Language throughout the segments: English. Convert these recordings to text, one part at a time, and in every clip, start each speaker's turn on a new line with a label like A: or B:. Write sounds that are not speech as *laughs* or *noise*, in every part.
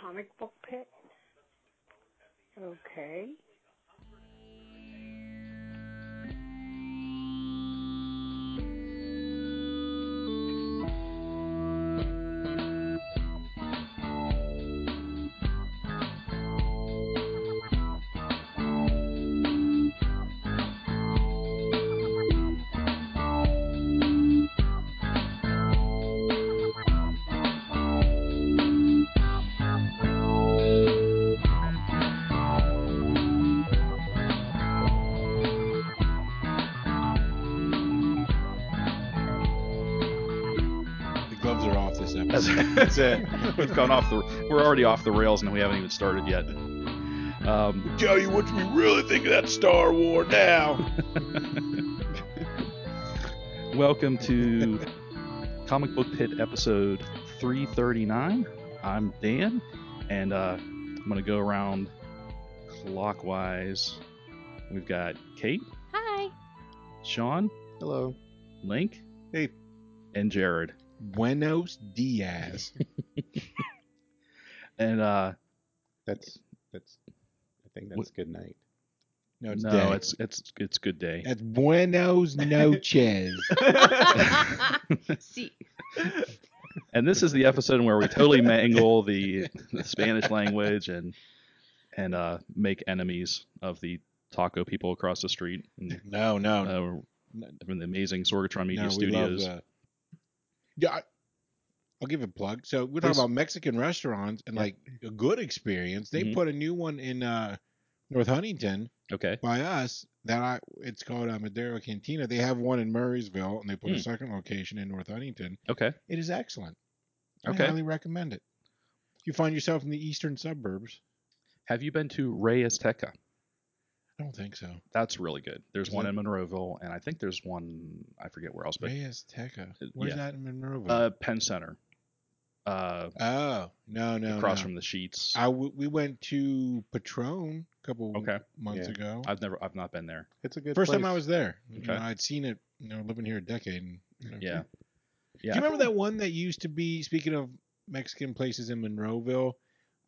A: comic book pit? *laughs* Okay.
B: The gloves are off this episode.
C: That's it.
D: *laughs*
C: We've gone off the. We're already off the rails, and we haven't even started yet. Um,
B: Tell you what we really think of that Star War now.
C: welcome to Comic Book Pit episode 339. I'm Dan, and uh, I'm going to go around clockwise. We've got Kate,
E: Hi.
C: Sean,
B: Hello.
C: Link,
B: Hey.
C: and Jared.
B: Buenos dias.
C: And uh,
D: That's that's. I think
C: What-
D: that's good night.
B: No, it's
C: no,
B: day.
C: it's it's it's
B: *laughs*
C: good day. *laughs*
B: That's Buenos noches.
E: See,
C: And this is the episode where we totally
B: *laughs*
C: mangle the, the Spanish language and and uh, make enemies of the taco people across the street and,
B: no, no, no.
C: uh, from the amazing Sorgatron Media
B: no,
C: Studios.
B: uh, yeah, I, I'll give a plug. So we're talking
C: Please.
B: about Mexican restaurants and
C: Yeah.
B: like a good experience. They
C: Mhm.
B: put a new one in uh, North Huntington
C: okay,
B: by us that I it's called uh, Madero Cantina. They have one in Murraysville and they put
C: Hmm.
B: a second location in North Huntington.
C: okay,
B: It is excellent.
C: Okay.
B: I highly recommend it. If you find yourself in the eastern suburbs,
C: have you been to Rey Azteca?
B: I don't think so.
C: That's really good. There's
B: Is
C: one
B: that-
C: in Monroeville, and I think there's one I forget where else, but
B: Rey Azteca.
C: Uh,
B: Where's
C: yeah.
B: that in Monroeville?
C: uh, Penn Center, uh,
B: oh no, no,
C: across
B: no.
C: from the Sheets.
B: I w- we went to Patron a couple
C: okay,
B: months
D: Yeah.
B: ago.
C: I've never, I've not been there.
D: It's a good.
B: First time
D: place.
B: I was there. You
C: Okay.
B: know, I'd seen it. You know, living here a decade. And, you know.
C: Yeah,
B: Do
C: yeah.
B: you remember that one that used to be? Speaking of Mexican places in Monroeville,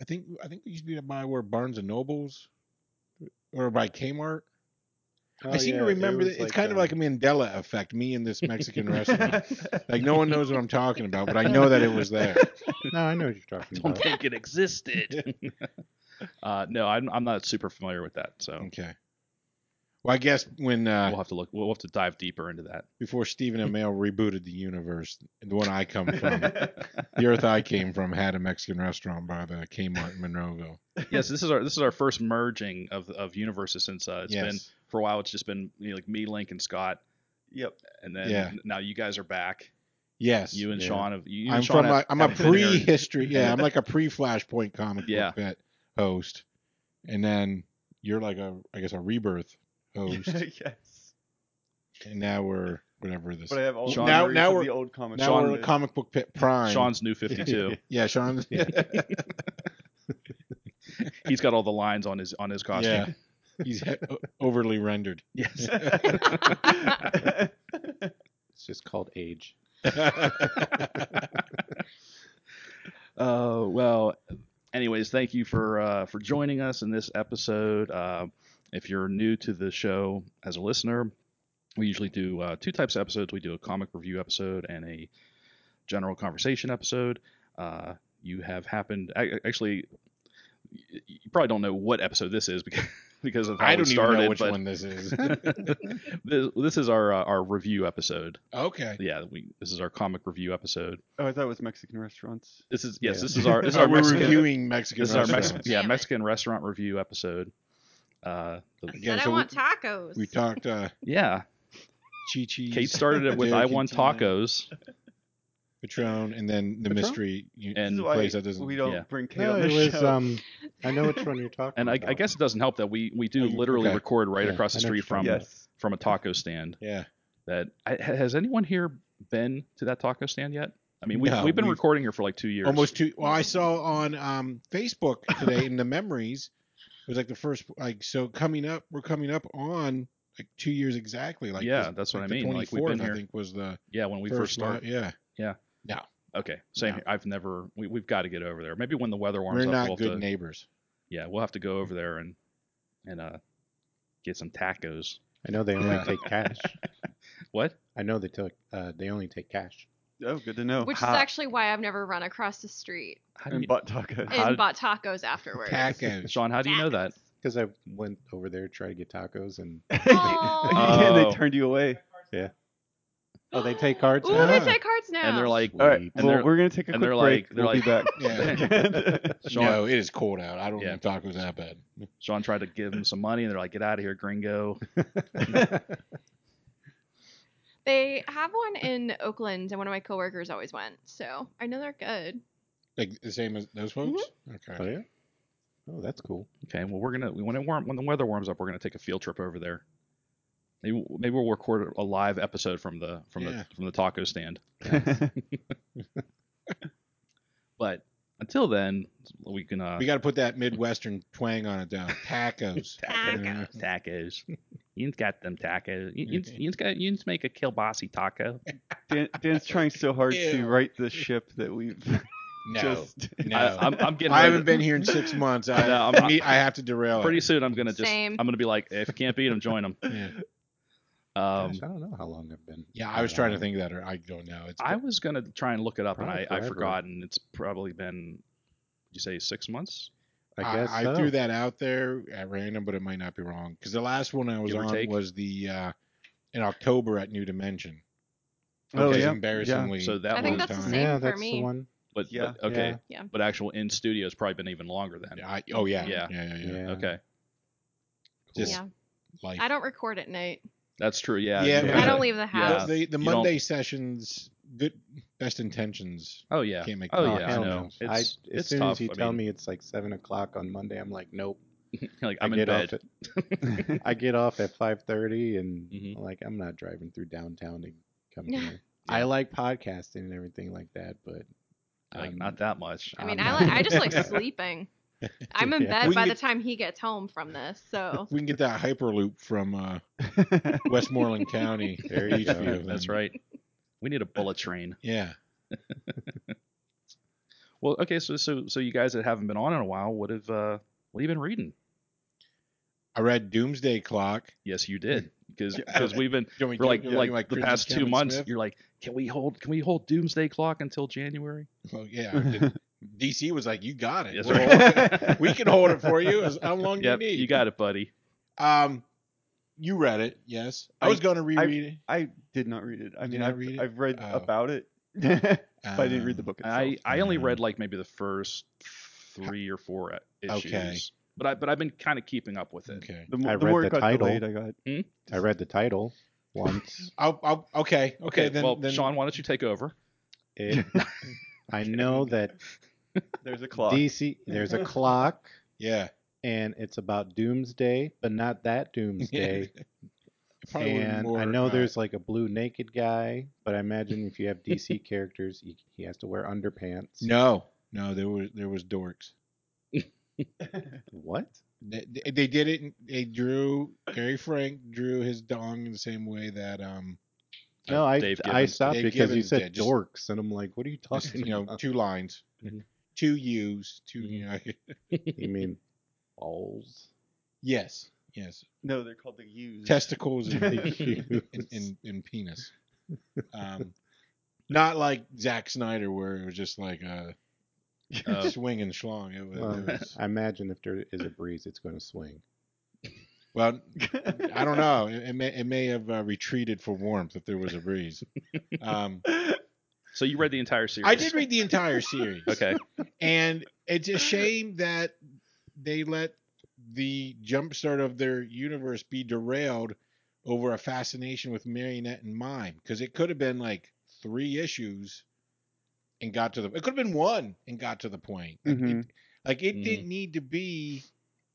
B: I think I think it used to be by where Barnes and Nobles, or by Kmart.
D: Oh,
B: I seem
D: yeah,
B: to
D: it
B: remember
D: was um,
B: that it's kind of like a Mandela effect. Me and this Mexican restaurant. *laughs* Like no one knows what I'm talking about, but I know that it was there.
C: *laughs*
D: um, no, I know what you're
F: *laughs*
D: talking
C: don't
D: about.
C: think it existed. uh, no, I'm, I'm not super familiar with that, so
B: Okay. Well, I guess when uh,
C: we'll have to look. We'll have to dive deeper into that.
B: before Stephen Amell rebooted the universe, the one I come from, the earth I came from had a Mexican restaurant by the Kmart in Monroeville.
C: *laughs* yes, this is our this is our first merging of of universes since uh, it's been for a while. It's just been you know, like me, Link, and Scott. Yep. And then
B: Yeah.
C: now you guys are back.
B: Yes.
C: You and
D: Yeah.
C: Sean have. You and
B: I'm
C: Sean
B: from.
C: have-
B: A, I'm a
C: have been here.
B: pre-history. Yeah, I'm like a pre-Flashpoint comic
C: Yeah.
B: book pit host, and then you're like a, I guess, a rebirth
C: *laughs*
B: host,
F: *laughs* yes.
B: and now we're whatever this.
F: But I have all
C: Sean-
F: Sean,
B: Now-
F: now,
B: now
F: the
B: we're-
F: old comic.
B: now
C: uh, Sean
B: we're a
F: *laughs* did.
B: comic book pit prime.
C: Sean's new 52.
B: *laughs* Yeah,
C: *laughs*
B: Sean.
C: He's got all the lines on his on his costume.
B: yeah. He's he- overly
C: *laughs*
B: rendered.
C: Yes.
D: *laughs* It's just called age.
C: Uh, well, anyways, thank you for uh, for joining us in this episode. Uh, if you're new to the show as a listener, we usually do uh, two types of episodes. We do a comic review episode and a general conversation episode. Uh, you have happened I, I- actually. y- You probably don't know what episode this is *laughs* because because of how
B: I
C: we
B: don't
C: started.
B: even know which
C: but
B: one this is.
C: this, this is our uh, our review episode.
B: *laughs* okay.
C: Yeah, we this is our comic review episode.
F: oh, I thought it was Mexican restaurants.
C: This is yes,
D: Yeah.
C: this is
B: *laughs*
C: our this is
B: Oh,
C: our
B: we're
C: Mexican
B: reviewing Mexican.
C: this is our Mexican,
B: restaurants.
C: yeah,
E: Damn it.
C: Mexican restaurant review episode. Uh, the-
E: I
B: Yeah,
E: said I
B: so we-
E: want tacos.
B: We talked uh,
C: yeah,
B: Chi Chi's.
C: Kate started it with
B: Derek
C: I
B: and
C: want
B: Tina.
C: tacos.
B: Patron, and then the
F: Patron?
B: mystery you,
C: And-
F: This is
B: the
F: why
B: place that doesn't.
F: we don't
C: yeah.
F: bring Kate
D: No,
F: on
D: it
F: the
D: was.
F: show.
D: Um, I know
A: *laughs*
D: which one you're talking.
C: And I,
D: about.
C: I guess it doesn't help that we we do
B: Oh, you-
C: literally
B: okay.
C: record right
D: Yeah,
C: across the
D: I know
C: street from
D: what you're talking about.
F: yes.
C: from a taco stand.
B: Yeah.
C: That I, ha- has anyone here been to that taco stand yet? I mean, we
B: No,
C: we've been
B: we've-
C: recording here for like two years.
B: Almost two. Well, I saw on um, Facebook today in the memories. It was like the first like so coming up. We're coming up on like two years exactly. Like
C: Yeah,
B: this-
C: that's what I
B: the
C: mean, like, we've
B: 24th,
C: been
B: I
C: here
B: think was the
C: Yeah, when we
B: first,
C: first started.
B: li- Yeah.
C: Yeah.
B: No,
C: Okay, same.
D: No.
C: here. I've never. We, we've got to get over there. Maybe when the weather warms
B: We're
C: up,
B: not
C: we'll have
B: good
C: to.
B: neighbors.
C: yeah, we'll have to go over there and and uh get some tacos.
D: I know they only
F: *laughs*
B: Yeah.
D: take cash.
C: What?
D: I know they took. Uh, they only take cash.
F: Oh, good to know.
A: Which is
F: Ha.
A: actually why I've never run across the street
C: How do
F: and
C: you-
F: butt tacos.
C: How
A: and
C: did-
A: bought tacos afterwards. *laughs*
B: Tacos.
C: Sean, how do you know that?
A: Tacos.
D: Because I went over there to try to get tacos,
F: *laughs*
D: and *laughs*
F: yeah,
C: Oh.
F: they turned you away.
D: oh, they take cards.
A: Ooh,
D: now?
A: they
B: Ah.
A: take cards now.
C: And they're like,
D: Sweet.
F: All right.
C: And
F: well,
C: they're-
F: we're gonna take a
C: and
F: quick
C: they're
F: break.
C: like- they're
F: we'll
C: like-
F: be
D: *laughs*
F: back. *laughs*
C: Sean,
B: No, it is cold out. I don't
C: Yeah.
B: eat tacos that bad.
C: Sean tried to give them some money, and they're like, "Get out of here, gringo."
A: they have one in Oakland, and one of my coworkers always went. So I know they're good.
B: Like the same as those folks.
D: Oh,
B: Okay.
D: yeah? Oh, that's cool.
C: Okay, well, we're gonna when it warm when the weather warms up, we're gonna take a field trip over there. Maybe, maybe we'll record a live episode from the from
B: Yeah.
C: the from the taco stand. *laughs*
B: *laughs*
C: But until then, we can uh,
B: We got to put that midwestern twang on it down. Tacos. Mm,
A: Tacos.
C: tacos. Ian's got them tacos. Ian- Ian's, Ian's got Ian's make a kielbasi taco.
F: Dan, Dan's trying so hard
B: Ew.
F: to right the ship
C: *laughs*
F: that we've
B: No,
F: *laughs* just.
B: no.
C: I,
B: I,
C: I'm,
B: *laughs*
C: I'm getting.
B: haven't been here in
C: *laughs*
B: six months. I,
C: No, I'm-
B: I'm, I have to derail
C: Pretty
B: it.
C: soon, I'm gonna just.
A: Same.
C: I'm gonna be like, if you can't beat them, join them.
B: yeah.
C: Um,
D: Gosh, I don't know how long I've been.
B: yeah, I was trying to think of that. Or I don't know. It's
C: I was gonna try and look it up,
D: Probably
C: and I I
D: forever.
C: forgot, and it's probably been, would you say, six months?
D: I guess
B: I,
D: so.
B: threw that out there at random, but it might not be wrong because the last one I was
C: Give or
B: on
C: take.
B: was the uh, in October at New Dimension.
F: Oh,
B: Which is
F: yeah.
B: Embarrassingly,
C: So that
A: I
C: one
A: think
C: was
A: that's the
B: time.
A: same
D: yeah,
A: for
D: that's
A: me.
D: the one.
C: But,
F: Yeah.
C: but okay,
A: Yeah.
C: but actual in studio has probably been even longer than.
B: I, oh yeah,
C: Yeah.
B: yeah, yeah, yeah.
D: Yeah.
C: Okay,
B: Just
A: Yeah.
B: like
A: I don't record at night.
C: that's true. Yeah.
B: Yeah,
C: you-
A: I don't leave the house.
B: the, the
C: You
B: Monday sessions. Good, best intentions.
C: Oh yeah.
B: Can't make
C: Oh
B: that.
C: yeah, I
D: hell
C: know.
D: no. I,
C: It's,
D: as
C: it's
D: soon
C: tough.
D: as you
C: I
D: tell
C: mean,
D: me it's like seven o'clock on Monday, I'm like, nope.
C: *laughs* like
D: I
C: I'm in
D: get
C: bed.
D: off at *laughs* I get off at five thirty, and
C: Mhm.
D: like I'm not driving through downtown to come
A: Yeah.
D: here. I like podcasting and everything like that, but
C: Like
D: um,
C: not that much.
A: I mean,
D: I'm
A: I,
D: not-
A: like, I just like sleeping. I'm in
D: Yeah.
A: bed
B: We
A: by
B: can
A: the
B: get-
A: time he gets home from this. So
B: We can get that hyperloop from uh,
D: *laughs*
B: Westmoreland County.
D: There you
B: Each
D: go.
B: view,
C: *laughs* That's
B: then-
C: right. We need a bullet train.
B: Yeah.
C: Well, okay, so so so you guys that haven't been on in a while, what have uh what have you been reading?
B: I read Doomsday Clock.
C: Yes, you did. Because
B: Yeah.
C: we've been
B: Do you want me
C: for
B: to-
C: like
B: do you want
C: like
B: me to
C: the
B: Kristen
C: past two
B: Cameron
C: months,
B: Smith?
C: you're like, can we hold can we hold doomsday clock until January?
B: Well, Oh, yeah. DC was like, "You got it.
C: Yes,
B: We'll
C: right.
B: hold it. we can hold it for you. As, how long
C: Yep,
B: do you need?"
C: you got it, *laughs* buddy.
B: Um, you read it, yes. I,
F: I-
B: was going to reread
F: I did not read it. I
B: Did
F: mean,
B: not
F: I've
B: read it?
F: I've read
B: Oh.
F: about it, *laughs* but
B: it.
F: I didn't read the
B: Um,
F: book itself.
C: I I only
B: Yeah.
C: read like maybe the first three or four issues.
B: Okay.
C: But I but I've been kind of keeping up with it.
B: Okay.
F: the, mo-
D: I
F: the
D: read
F: more
D: the
F: it got
D: title.
F: delayed, I got.
B: Hmm?
D: I read the title once.
B: I'll, I'll, okay. Okay.
C: Okay,
B: Then,
C: well,
B: then
C: Sean, why don't you take over?
F: *laughs*
D: It, I know that
F: There's a clock.
D: DC, there's
F: *laughs*
D: a clock,
B: yeah.
D: and it's about Doomsday, but not that
F: *laughs*
D: Doomsday.
B: Probably would've
D: and I
B: more,
D: know
B: uh,
D: there's like a blue naked guy, but I imagine if you have
F: *laughs*
D: DC characters, he, he has to wear underpants.
B: no, no. There was there was dorks.
D: What?
B: They, they- they did it. in- They drew Gary Frank drew his dong in the same way that um
D: No, I
C: Dave
D: I
C: Gibbons.
D: stopped
B: Dave
D: because you
B: Gibbons
D: said
B: did, just-
D: dorks, and I'm like,
B: *laughs*
D: what are you talking
B: you know
D: about?
B: two lines,
D: Mhm.
B: two U's, *laughs* two you know,
D: You mean balls?
B: yes, yes,
F: No, they're called the U's.
B: testicles and, and, and, and penis. Um, not like Zack Snyder, where it was just like a
C: Uh,
B: swing and schlong. It was,
D: Well,
B: it was,
D: I imagine if there is a breeze, it's going
B: *laughs*
D: to swing.
B: well, I don't know. It, it may it may have uh, retreated for warmth if there was a breeze. Um,
C: so you read the entire series.
B: I did read the entire series,
C: Okay. *laughs*
B: and it's a shame that they let the jumpstart of their universe be derailed over a fascination with marionette and mime because it could have been like three issues and got to the it could have been one and got to the point like
F: Mhm.
B: it, like, it
C: Mhm.
B: didn't need to be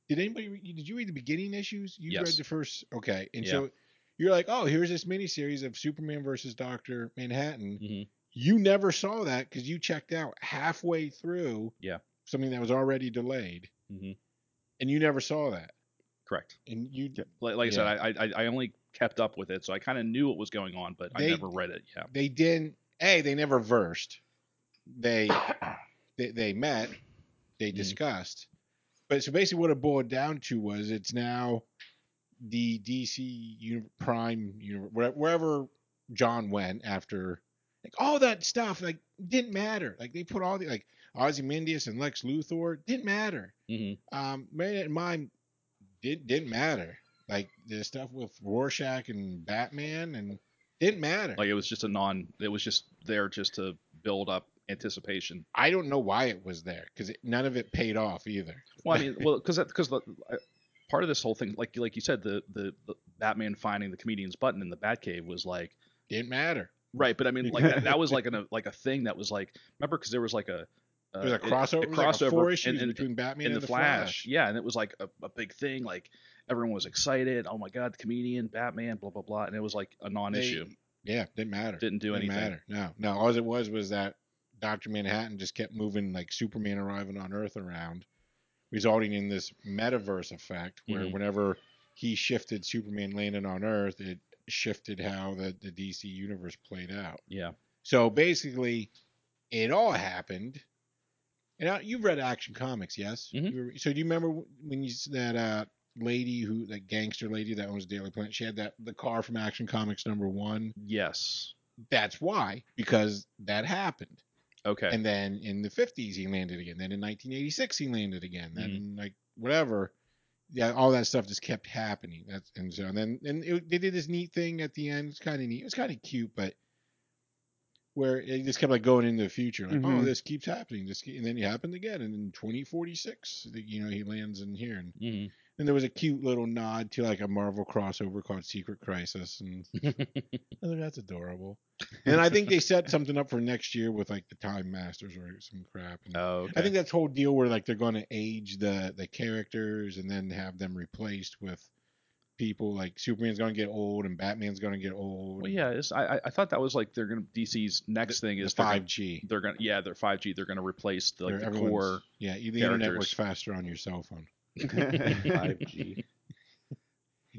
B: did anybody re- did you read the beginning issues you
C: Yes.
B: read the first okay and
C: Yeah.
B: so you're like oh here's this miniseries of superman versus dr manhattan
C: Mhm.
B: you never saw that because you checked out halfway through
C: Yeah.
B: something that was already delayed
C: Mhm.
B: and you never saw that
C: Correct.
B: and you
C: Like, like
B: Yeah.
C: I said, I, I I only kept up with it, so I kind of knew what was going on, but I
B: They-
C: never read it. Yeah.
B: they didn't a they never versed they they, they met, they
C: Mhm.
B: discussed. But so basically, what it boiled down to was it's now the DC uni- Prime uni- where- wherever John went after, like all that stuff like didn't matter. Like they put all the like Ozymandias and Lex Luthor didn't matter.
C: Mhm.
B: Um, Marionette and mine did didn't matter. Like the stuff with Rorschach and Batman and didn't matter.
C: Like it was just a non. It was just there just to build up anticipation.
B: I don't know why it was there because none of it paid off either.
C: Well, I mean, well, because because part of this whole thing, like like you said, the, the the Batman finding the comedian's button in the Batcave was like
B: Didn't matter.
C: right, but I mean, like that, that was like an like a thing that was like remember because there was like a uh,
B: There's a crossover,
C: a
B: it was like a
C: crossover
B: four
C: in-
B: issues
C: in-
B: between Batman
C: in
B: and
C: the, Flash. yeah, and it was like a, a big thing, like. Everyone was excited. Oh my God, the comedian, Batman, blah blah blah, and it was like a non-issue.
B: Yeah, didn't matter.
C: Didn't do
B: didn't
C: anything.
B: matter. No, no. All it was was that Doctor Manhattan just kept moving like Superman arriving on Earth around, resulting in this metaverse effect where
C: Mhm.
B: whenever he shifted Superman landing on Earth, it shifted how the, the DC universe played out.
C: Yeah.
B: So basically, it all happened. And now you've read Action Comics, yes?
C: Mhm.
B: You were- so do you remember when you s- that uh, lady who that gangster lady that owns Daily Planet? She had that the car from Action Comics number one.
C: Yes.
B: That's why because that happened.
C: Okay.
B: And then in the 50s he landed again. Then in 1986 he landed again. Then in like whatever. Yeah, all that stuff just kept happening. That's and so and then and it, they did this neat thing at the end. It's kind of neat. It was kind of cute, but where it just kept like going into the future, like oh,
F: Mhm.
B: this keeps happening. This ke- and then it happened again. And in 2046, the- you know, he lands in here, and,
C: Mhm.
B: and there was a cute little nod to like a Marvel crossover called Secret Crisis, and I think that's adorable. And I
C: *laughs*
B: think they set something up for next year with like the Time Masters or some crap. And
C: Oh, okay.
B: I think that's whole deal where like they're going to age the the characters and then have them replaced with people like Superman's going to get old and Batman's going to get old.
C: Well, yeah, it's, I I- I thought that was like they're gonna DC's next thing is they're gonna-
B: five G.
C: They're gonna yeah they're five G. They're gonna replace the, like, the core.
B: yeah, the internet
C: characters.
B: works faster on your cell phone.
D: 5G.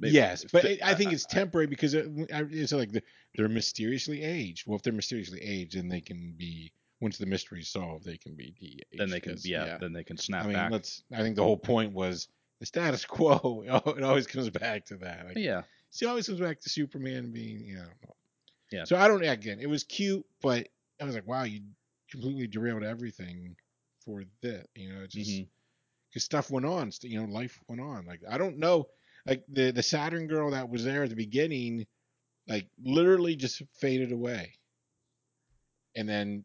C: They-
B: yes, but
C: fi-
B: it, I think
C: I-
B: it's temporary because it, I- it's like the, they're mysteriously aged. Well, if they're mysteriously aged, then they can be once the mystery's solved, they can be de
C: Then they can yeah, Then they can snap
B: I mean,
C: back.
B: let's. I think the whole point was the status quo. *laughs* It always comes back to that. Like,
C: yeah.
B: See, it always comes back to Superman being, you know.
C: Yeah.
B: So I don't again. It was cute, but I was like, wow, you completely derailed everything for that. You know, it just because
C: mhm.
B: stuff went on. st- You know, life went on. Like I don't know, like the the Saturn girl that was there at the beginning, like literally just faded away. And then,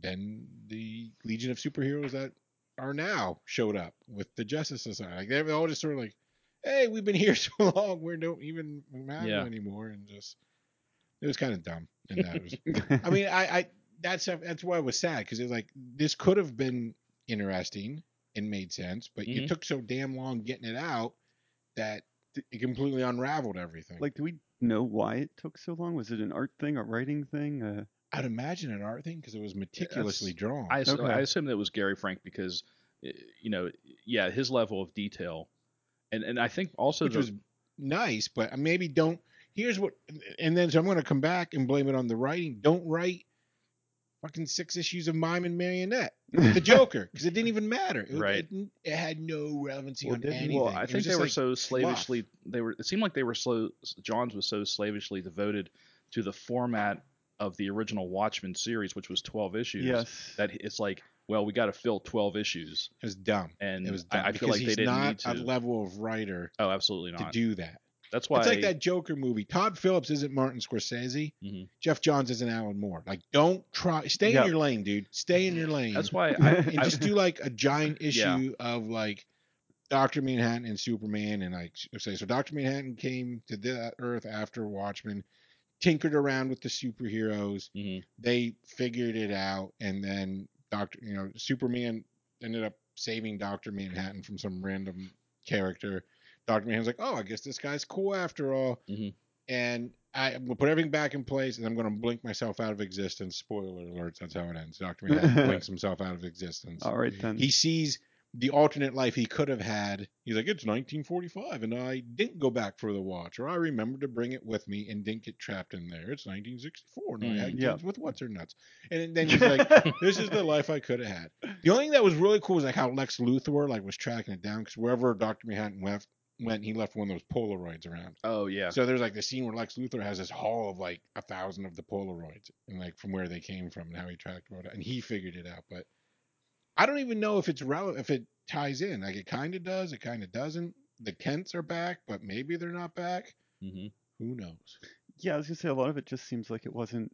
B: then the Legion of Superheroes that are now showed up with the Justice Society. Like they were all just sort of like, "Hey, we've been *laughs* here so long, we don't even matter
C: Yeah.
B: anymore," and just it was kind of dumb. And that was, I mean, I, I that's that's why I was sad because it was like this could have been interesting and made sense, but
C: Mhm.
B: you took so damn long getting it out that it completely unraveled everything.
F: Like, do we know why it took so long? Was it an art thing, a writing thing? Uh, *laughs*
B: I'd imagine an art thing because it was meticulously drawn.
C: I assume,
F: Okay.
C: I assume that was Gary Frank because uh, you know yeah his level of detail, and and I think also
B: which
C: the,
B: was nice, but maybe don't. Here's what, and then so I'm going to come back and blame it on the writing. Don't write fucking six issues of Mime and Marionette, the
F: *laughs*
C: *laughs*
B: Joker, because it didn't even matter. It,
C: Right.
B: It, it had no relevancy
D: Well,
B: on
D: it didn't.
B: anything.
C: well
B: It
C: I
B: was
C: think they
B: just
C: were
B: like,
C: so slavishly they were it seemed like they were slow Johns was so slavishly devoted to the format of the original Watchmen series which was twelve issues
F: yes.
C: that it's like well we got to fill twelve issues
B: It was dumb.
C: and
B: It was dumb
C: I, I
B: because
C: feel like they
B: he's
C: didn't
B: not
C: need
B: a
C: to.
B: level of writer
C: oh, absolutely not.
B: to do that.
C: That's why
B: It's like that Joker movie. Todd Phillips isn't Martin Scorsese.
C: Mhm.
B: Jeff Johns isn't Alan Moore. Like, don't try. Stay
F: Yeah.
B: in your lane, dude. Stay in your lane.
C: That's
F: *laughs*
C: why *laughs* I,
B: and
C: I-
B: just do like a giant
C: *laughs* Yeah.
B: issue of like Doctor Manhattan and Superman, and like say so. Doctor Manhattan came to the Earth after Watchmen, tinkered around with the superheroes.
C: Mhm.
B: They figured it out, and then Doctor, you know, Superman ended up saving Doctor Manhattan from some random character. Doctor Manhattan's like, oh, I guess this guy's cool after all,
C: Mhm.
B: and. I, am gonna put everything back in place, and I'm going to blink myself out of existence. Spoiler alerts. That's how it ends. Doctor Manhattan blinks himself out of existence.
F: All right then.
B: He sees the alternate life he could have had. He's like, it's 1945, and I didn't go back for the watch, or I remembered to bring it with me and didn't get trapped in there. It's 1964, and I had
F: Mm, yeah.
B: kids with what's her nuts. And then he's
F: *laughs*
B: like, this is the life I could have had. The only thing that was really cool was like how Lex Luthor like was tracking it down because wherever Doctor Manhattan went, went, he left one of those Polaroids around.
C: Oh yeah.
B: So there's like the scene where Lex Luthor has this haul of like a thousand of the Polaroids and like from where they came from and how he tracked it, and he figured it out. But I don't even know if it's relevant if it ties in. Like it kind of does, it kind of doesn't. The Kents are back, but maybe they're not back.
C: hmm
B: Who knows?
F: yeah, I was gonna say a lot of it just seems like it wasn't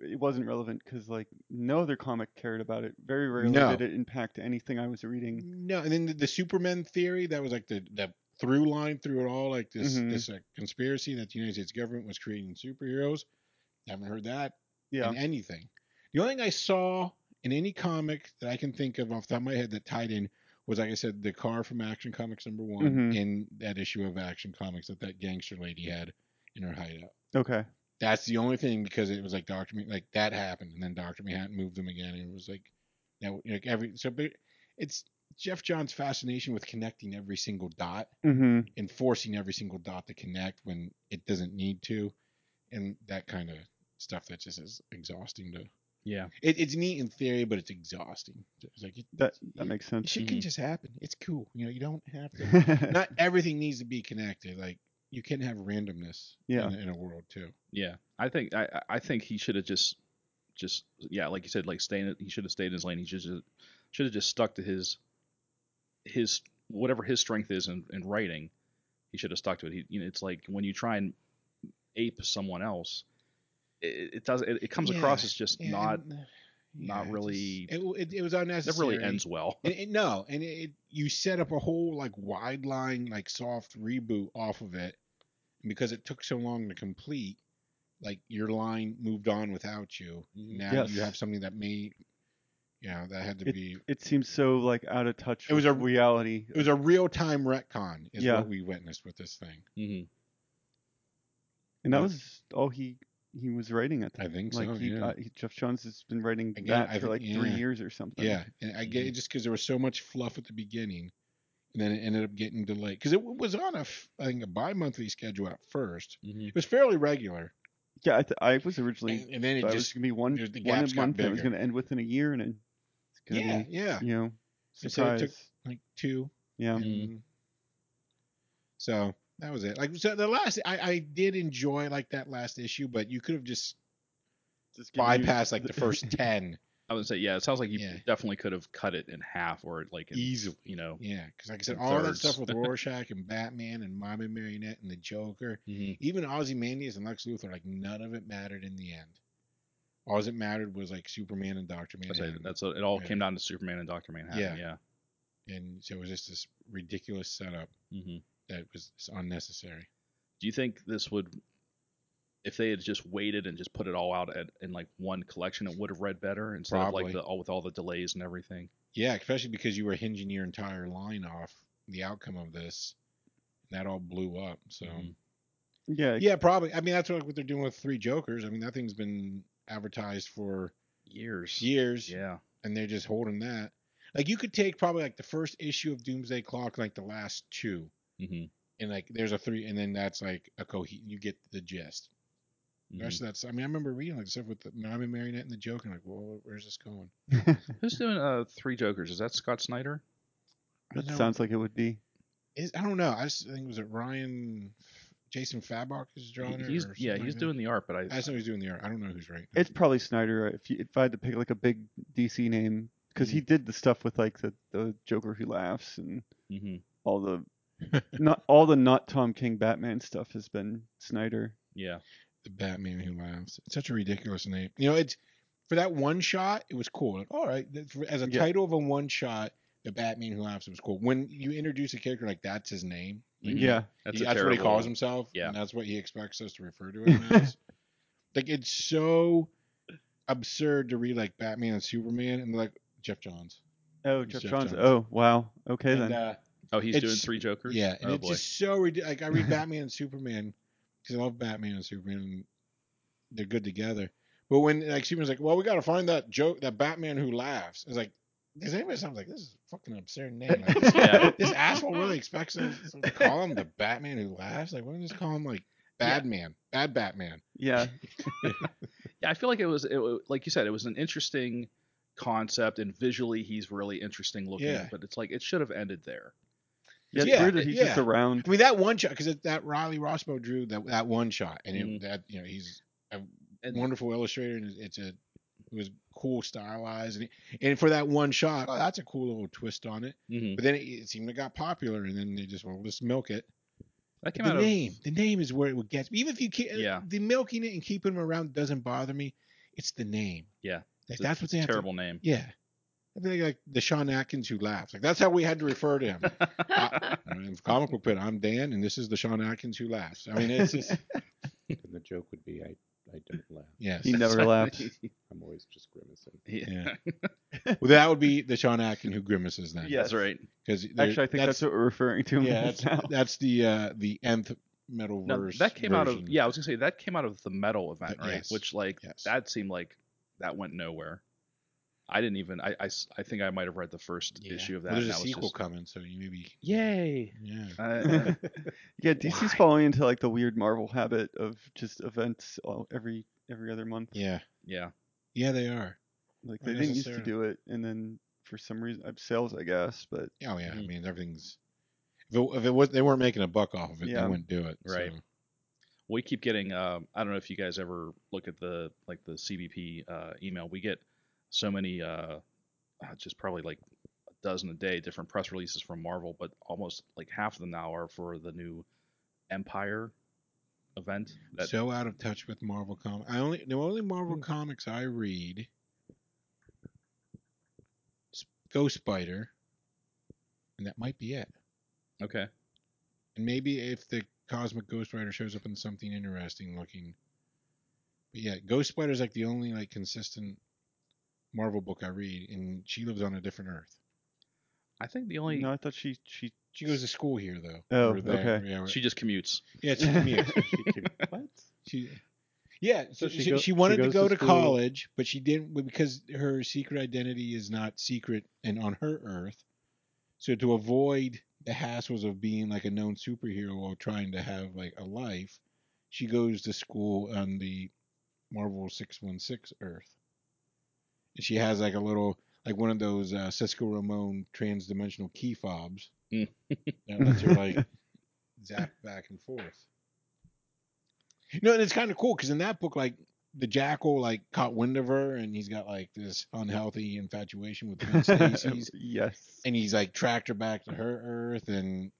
F: it wasn't relevant because like no other comic cared about it. Very rarely
B: No.
F: did it impact anything I was reading.
B: No, and then the, the Superman theory that was like the the through line through it all, like this
F: Mhm.
B: this uh, conspiracy that the United States government was creating superheroes. Haven't heard that
F: Yeah,
B: in anything. The only thing I saw in any comic that I can think of off the top of my head that tied in was, like I said, the car from Action Comics number one
F: Mhm.
B: in that issue of Action Comics that that gangster lady had in her hideout.
F: okay.
B: That's the only thing because it was like Doctor Ma- like that happened, and then Doctor Manhattan moved them again, and it was like now like every so, but it's Jeff John's fascination with connecting every single dot
F: Mm-hmm.
B: and forcing every single dot to connect when it doesn't need to, and that kind of stuff that just is exhausting to
C: Yeah.
B: it, it's neat in theory, but it's exhausting. It's like it,
F: That that makes sense. Mm-hmm.
B: shit can
C: Mhm.
B: just happen. It's cool. You know, you don't have to.
F: *laughs*
B: not everything needs to be connected. Like you can have randomness.
F: Yeah.
B: In, in a world too.
C: Yeah. I think I I- I think he should have just just yeah like you said like staying he should have stayed in his lane. He should should have just stuck to his his whatever his strength is in, in writing. He should have stuck to it. He, you know, it's like when you try and ape someone else, it, it does it, it comes
B: Yeah,
C: across as just
B: Yeah,
C: not
B: and, uh,
C: not
B: it just-
C: really-
B: It, w- it, it was
C: that
B: unnecessary.
C: really ends well.
B: And it- no, and it, you set up a whole like wide line like soft reboot off of it, and because it took so long to complete, like your line moved on without you. Now
F: Yes.
B: you have something that may, you know, that had to be.
F: *laughs* it seems so like out of touch.
B: It was
F: with
B: a-
F: reality.
B: It was a real time retcon, is
F: Yeah.
B: what we witnessed with this thing.
C: hmm
F: and that
B: yeah.
F: was all he he was writing at the
B: I think
F: like
B: so.
F: he,
B: yeah.
F: uh, he- Jeff Johns has been writing
B: Again,
F: that
B: I
F: for
B: think-
F: like three
B: yeah.
F: years or something.
B: yeah, and I get
C: Mhm.
B: it just because there was so much fluff at the beginning, and then it ended up getting delayed because it was on a, f- I think, a bi-monthly schedule at first.
C: hmm
B: It was fairly regular,
F: yeah. I, th- I was originally
B: and, and then it
F: thought it was
B: just
F: gonna be one
B: there's- the
F: one
B: gaps
F: a
B: got
F: month. and It was
B: bigger.
F: gonna end within a year, and then it's gonna
B: yeah,
F: be
B: yeah,
F: you know
B: And so it
F: surprise.
B: took- like two.
F: yeah.
C: Mhm.
B: and- So that was it. Like so, the last I, I did enjoy like that last issue, but you could have just
F: Just give you-
B: bypassed like the
F: *laughs*
B: first ten
C: I would say yeah. It sounds like you
B: Yeah.
C: definitely could have cut it in half or like in,
B: easily.
C: you know.
B: Yeah, because like I said,
C: And
B: all that
C: thirds.
B: stuff
F: *laughs*
B: with Rorschach and Batman and Mom and Marionette and the Joker,
C: Mhm.
B: even Ozymandias and Lex Luthor, like none of it mattered in the end. All that mattered was like Superman and Doctor
C: I'd say
B: Manhattan,
C: that's it. All
B: Yeah.
C: came down to Superman and Doctor Manhattan.
B: Yeah.
C: Yeah.
B: and so it was just this ridiculous setup
C: hmm
B: that was just unnecessary.
C: Do you think this would, if they had just waited and just put it all out at, in like one collection, it would have read better instead of
B: Probably.
C: like the all with all the delays and everything?
B: Yeah, especially because you were hinging your entire line off the outcome of this, and that all blew up. So
C: Mhm.
F: yeah,
B: yeah, probably. I mean, that's what, what they're doing with Three Jokers. I mean, that thing's been advertised for
C: Years.
B: years.
C: Yeah.
B: and they're just holding that. Like you could take probably like the first issue of Doomsday Clock, like the last two,
C: hmm
B: and like there's a three, and then that's like a cohe. You get the gist. The rest of that's. I mean, I remember reading like stuff with the Mom and Marionette and the Joker. and Like, well, where's this going?
C: Who's doing uh three Jokers? Is that Scott Snyder?
B: I
F: that
B: don't-
F: sounds like it would be.
B: Is, I don't know. I just think was it Ryan, Jason Fabok is
C: He-
B: drawing it.
C: he's
B: or
C: yeah,
B: something like
C: he's
B: that?
C: doing the art, but I,
B: I just know he's doing the art. I don't know who's right.
F: It's probably Snyder. uh, If you, if I had to pick like a big DC name, because
B: Mm.
F: he did the stuff with like the, the Joker who laughs and
C: Mhm.
F: all
B: *laughs*
F: the not all the not Tom King Batman stuff has been Snyder.
C: yeah.
B: the Batman who laughs. It's such a ridiculous name. You know, it's for that one shot. It was cool. Like, all right, that- for- as a
F: Yeah.
B: title of a one shot, the Batman who laughs was cool. When you introduce a character like that's his name. Like,
D: Mm-hmm.
F: Yeah,
B: that's,
C: Mm-hmm. a
B: what he
C: terrible-
B: calls himself.
C: Yeah.
B: and that's what he expects us to refer to him
C: *laughs*
B: as. like it's so absurd to read like Batman and Superman and like Jeff Johns.
F: oh
B: It's
F: Jeff,
B: Jeff
F: Johns.
B: Johns.
F: Oh wow. Okay
B: And,
F: then.
B: uh,
C: Oh, he's doing
B: It's-
C: three Jokers.
B: yeah, and
C: Oh
B: it's
C: boy.
B: just so ridiculous. Like I
C: *laughs*
B: read Batman and Superman because I love Batman and Superman. And they're good together. But when like Superman's like, well, we got to find that joke, that Batman who laughs. It's like Because anybody sounds like this is a fucking absurd name. Like, *laughs*
F: *laughs*
B: this,
C: Yeah. *laughs*
B: this asshole really expects us to call him the Batman who laughs. Like, why don't you just call him like Bad Man, Bad Batman?
F: Yeah.
C: Yeah, I feel like it was, it, wa- like you said, it was an interesting concept, and visually he's really interesting looking.
B: Yeah.
C: But it's like it should have ended there.
F: Yeah, it's
B: Yeah,
F: weird that he's just
B: yeah.
F: around.
B: I mean, that one shot because that Riley Rossmo drew that that one shot, and it,
C: Mhm.
B: that you know he's a
C: And-
B: wonderful illustrator, and it's a it was cool stylized, and, and for that one shot, oh, that's a cool little twist on it.
C: Mhm.
B: But then it, it seemed to got popular, and then they just well, let's milk it.
C: That came
B: The
C: out of
B: name, the name is where it would get. Even if you keep
C: Yeah.
B: the milking it and keeping them around doesn't bother me. It's the name.
C: Yeah.
B: like,
C: It's a
B: that's what they have. To,
C: terrible name.
B: yeah, I think like the Sean Atkins who laughs. Like that's how we had to refer to
F: *laughs*
B: him. I mean, comic book pit. I'm Dan, and this is the Sean Atkins who laughs. I mean, it's
F: *laughs*
B: just
D: And the joke would be, I, I don't laugh.
B: yes.
F: He never laughs.
B: *laughs*
D: I'm always just grimacing.
B: Yeah. well, that would be the Sean Atkins who grimaces then.
C: *laughs*
F: Yes.
C: That's right.
B: because
F: Actually, I think that's, what we're referring to. him *laughs*
B: yeah,
F: as
B: that's,
F: now.
B: that's the uh, the nth metal
C: Now,
B: verse.
C: that came out of
B: version.
C: yeah. I was gonna say that came out of the metal event,
B: That-
C: right?
B: yes.
C: Which like
B: Yes.
C: that seemed like that went nowhere. I didn't even. I I s- I think I might have read the first
B: Yeah.
C: issue of that.
B: Well,
C: and
B: there's a
C: I was
B: sequel
C: just-
B: coming, so you maybe
C: Yay!
B: yeah.
C: *laughs* Uh,
F: yeah, DC's
C: Why?
F: falling into like the weird Marvel habit of just events all, every every other
C: Um,
F: month.
B: Yeah.
C: yeah.
B: Yeah, they are.
F: Like
B: Why
F: they didn't used to
B: necessarily?
F: do it, and then for some reason, uh, sales, I guess, but
B: Oh yeah. I
C: Mhm.
B: mean, everything's. If it, if it was, they weren't making a buck off of it.
F: Yeah.
B: They wouldn't do it.
C: Right.
B: so.
C: We keep getting. Um, I don't know if you guys ever look at the like the CBP uh, email. We get so many, uh, uh, just probably like a dozen a day, different press releases from Marvel, but almost like half of them now are for the new Empire event. That
B: Mm-hmm.
C: Hmm.
B: so out of touch with Marvel comics. I only the only Marvel comics I read. is Ghost Spider. And that might be it.
C: okay.
B: And maybe if the Cosmic Ghost Rider shows up in something interesting looking. But yeah, Ghost Spider's like the only like consistent Marvel book I read, and she lives on a different Earth.
C: I think the only
F: no, I thought she she
B: She goes to school here though.
F: Oh,
B: Over there,
F: okay.
B: Yeah,
C: she just commutes.
B: yeah, *laughs* she
F: *laughs*
B: commutes.
F: what?
B: She, yeah, so
D: So
B: she,
D: she
B: she,
D: go- she
B: wanted to
D: goes
B: go to,
D: to school-
B: college, but she didn't well, because her secret identity is not secret and on her Earth. So to avoid the hassles of being like a known superhero while trying to have like a life, she goes to school on the Marvel Six One Six Earth. And she has like a little like one of those uh, Cisco Ramon transdimensional key fobs
C: Mm.
B: that lets her like zap back and forth. No, and it's kind of cool because in that book, like the jackal like caught wind of her, and he's got like this unhealthy infatuation with *laughs* Gwen
F: *laughs*
B: Stacy's,
F: yes.
B: and he's like tracked her back to her Earth, and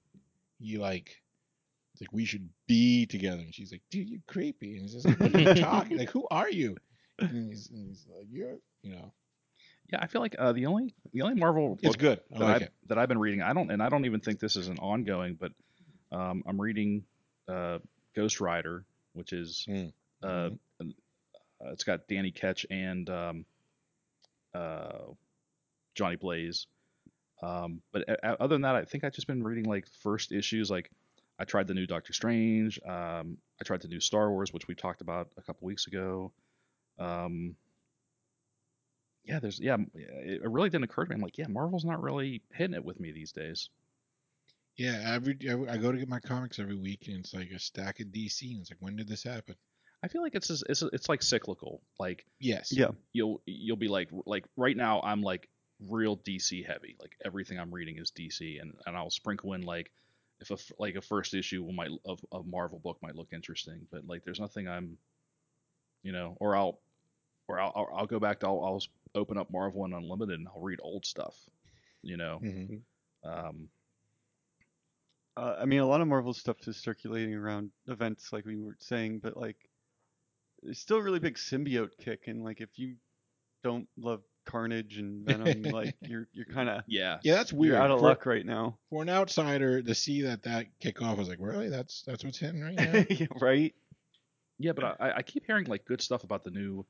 B: he like. it's Like we should be together, and she's like, "Dude, you're creepy." And he's just like, "What are you talking? Like, who are you?" And he's, and he's like, "You're, you know,
C: Yeah, I feel like uh, the only the only Marvel
B: it's
C: book
B: good. I
C: that,
B: like
C: I've,
B: it."
C: that I've been reading. I don't, and I don't even think this is an ongoing, but um, I'm reading uh, Ghost Rider, which is
B: Mm.
C: uh,
B: Mhm.
C: an- uh, it's got Danny Ketch and um, uh, Johnny Blaze. Um, but o- o- other than that, I think I've just been reading like first issues. Like I tried the new Doctor Strange. Um, I tried the new Star Wars, which we talked about a couple weeks ago. Um, yeah, there's yeah, m- yeah, it it really didn't occur to me. I'm like, yeah, Marvel's not really hitting it with me these days.
B: Yeah, every I I go to get my comics every week, and it's like a stack of DC, and it's like, when did this happen?
C: I feel like it's just- it's it's like cyclical. Like
B: Yes.
F: Yeah.
C: you'll you'll be like like right now I'm like real DC heavy. Like everything I'm reading is DC, and and I'll sprinkle in like if a f- like a first issue will might of a Marvel book might look interesting, but like there's nothing I'm, you know, or I'll or I'll I'll, I'll go back to I'll, I'll s- open up Marvel and Unlimited and I'll read old stuff, you
D: *laughs*
C: know.
B: Mhm.
D: Mm-hmm.
C: Um,
F: Uh, I mean, a lot of Marvel stuff is circulating around events, like we were saying, but like, there's still a really big symbiote kick, and like, if you don't love Carnage and *laughs* Venom, like, you're you're kind of
C: yeah,
B: Yeah, that's weird.
F: you're out of
B: for,
F: luck right now,
B: for an outsider to see that that kickoff was like, really? That's that's what's hitting right now.
F: *laughs*
D: *laughs*
F: Yeah, right?
C: Yeah, but I, I keep hearing like good stuff about the new,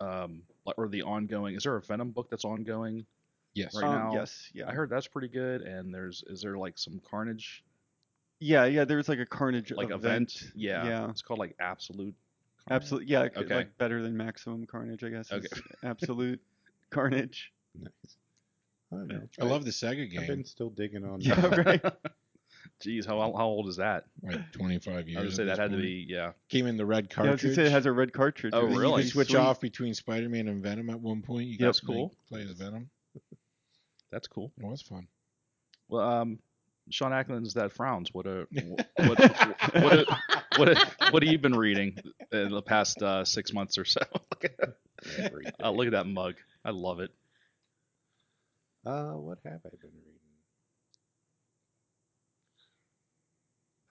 C: um, like- or the ongoing. Is there a Venom book that's ongoing?
B: yes.
C: Right. now,
F: Um, Yes, yeah,
C: I heard that's pretty good. And there's is there like some Carnage
F: yeah, yeah. There was like a Carnage
C: like
F: event.
C: event? Yeah,
F: yeah,
C: it's called like Absolute. Carnage?
F: absolutely, yeah, c-
C: Okay. *laughs*
F: like better than Maximum Carnage, I guess.
C: Okay.
F: is absolute Carnage.
D: Nice. I don't know.
B: I love the Sega
D: I've been
B: game.
D: still digging on.
F: *laughs* Yeah,
D: that.
F: *laughs* right.
C: *laughs* Jeez, how how old is that?
B: Like 25 years.
C: I would say
B: at
C: that
B: this
C: had to
B: point.
C: be yeah.
B: Came in the red
F: Yeah, I was
B: cartridge.
F: gonna say it has a
D: *laughs*
F: red cartridge.
C: Oh,
F: It was
B: You
C: really?
B: could
F: pretty
B: switch
F: sweet.
B: off between Spider-Man and Venom at one point. You could
C: That's
B: play-
C: cool.
B: Play as Venom.
C: That's cool.
B: It was fun.
C: Well, um, Sean Ackland's that frowns.
B: *laughs*
C: What a what what a, what, a, what have you been reading in the past uh, six months or so? *laughs* Look at that-
D: Every day.
C: uh, look at that mug. I love it.
D: Uh, what have I been reading?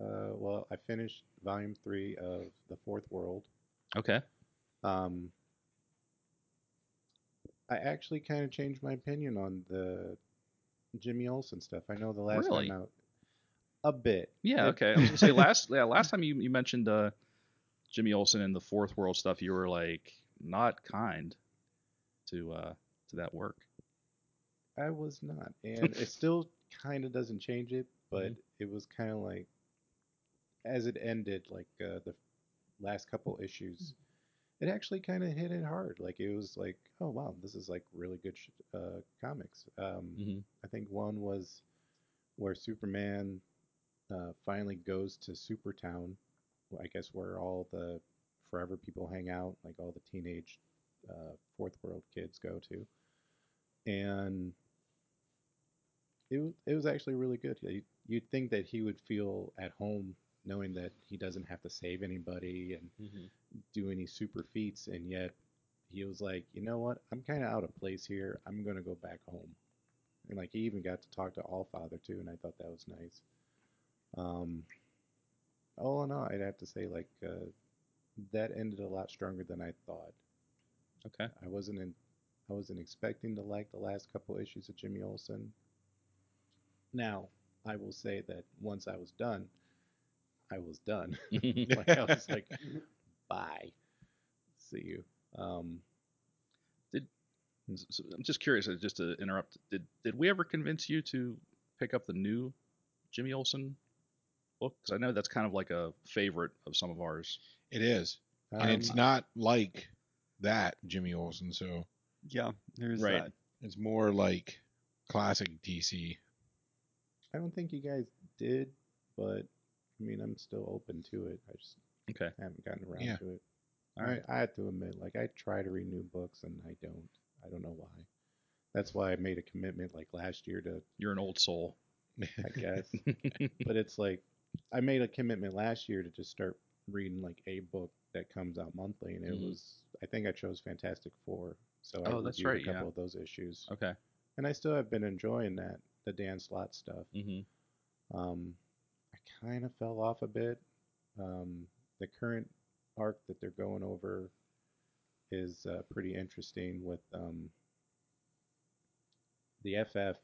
D: Uh, well, I finished volume three of The Fourth World.
C: Okay.
D: Um, I actually kind of changed my opinion on the Jimmy Olsen stuff. I know the last
C: Really?
D: time out, a bit.
C: Yeah.
D: It-
C: Okay. I was gonna say last yeah last time you you mentioned uh, Jimmy Olsen and the Fourth World stuff. You were like not kind to uh to that work.
D: I was not, and it still kind of doesn't change it, but it was kind of like as it ended, like uh, the last couple issues, it actually kind of hit it hard. Like it was like, oh wow, this is like really good sh- uh, comics. Um,
C: Mhm.
D: I think one was where Superman uh, finally goes to Supertown, wh- I guess where all the Forever people hang out, like all the teenage uh, Fourth World kids go to, and it w- it was actually really good. You- You'd think that he would feel at home knowing that he doesn't have to save anybody and
C: Mm-hmm.
D: do any super feats, and yet he was like, you know what? I'm kind of out of place here. I'm gonna go back home. And like he even got to talk to Allfather too, and I thought that was nice. Um, all in all, I'd have to say like uh, that ended a lot stronger than I thought.
C: Okay.
D: I wasn't in, I wasn't expecting to like the last couple issues of Jimmy Olsen. Now I will say that once I was done, I was done. *laughs* like I was
B: *laughs*
D: like, bye, see you. Um,
C: S- so I'm just curious, uh, just to interrupt, did did we ever convince you to pick up the new Jimmy Olsen book? Because I know that's kind of like a favorite of some of ours.
B: It is, and
D: um,
B: it's not like that Jimmy Olsen. So
F: Yeah, there's
C: Right.
F: that.
B: it's more like classic DC.
D: I don't think you guys did, but I mean, I'm still open to it. I just
C: Okay.
D: haven't gotten around
B: Yeah.
D: to it.
C: All right.
D: I, I have to admit, like I try to read new books and I don't. I don't know why. That's why I made a commitment like last year to,
C: You're an old soul.
D: I
C: *laughs*
D: guess. but it's like I made a commitment last year to just start reading like a book that comes out monthly, and it
C: Mhm.
D: was I think I chose Fantastic Four, so I
C: Oh, that's
D: reviewed
C: right,
D: a
C: yeah.
D: couple of those issues,
C: Okay.
D: and I still have been enjoying that the Dan Slott stuff.
C: hmm
D: Um, I kind of fell off a bit. Um, the current arc that they're going over is uh, pretty interesting with um, the FF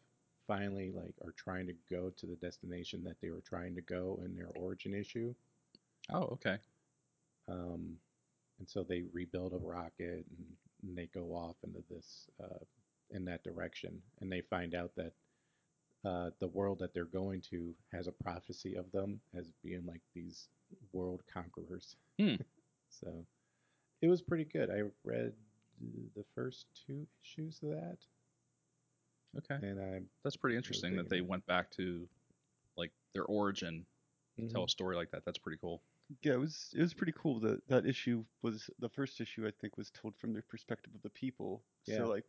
D: finally like are trying to go to the destination that they were trying to go in their origin issue.
C: Oh, okay.
D: Um, and so they rebuild a rocket and, and they go off into this uh, in that direction and they find out that uh, the world that they're going to has a prophecy of them as being like these world conquerors.
C: Hmm.
D: *laughs* so it was pretty good. I read the first two issues of that
C: Okay.
D: and I
C: That's pretty interesting that
D: digging
C: they
D: it.
C: went back to like their origin to
D: mm-hmm,
C: tell a story like that. That's pretty cool.
F: Mm-hmm. Yeah, it was it was pretty cool. That that issue was the first issue I think was told from the perspective of the people.
D: Yeah,
F: so like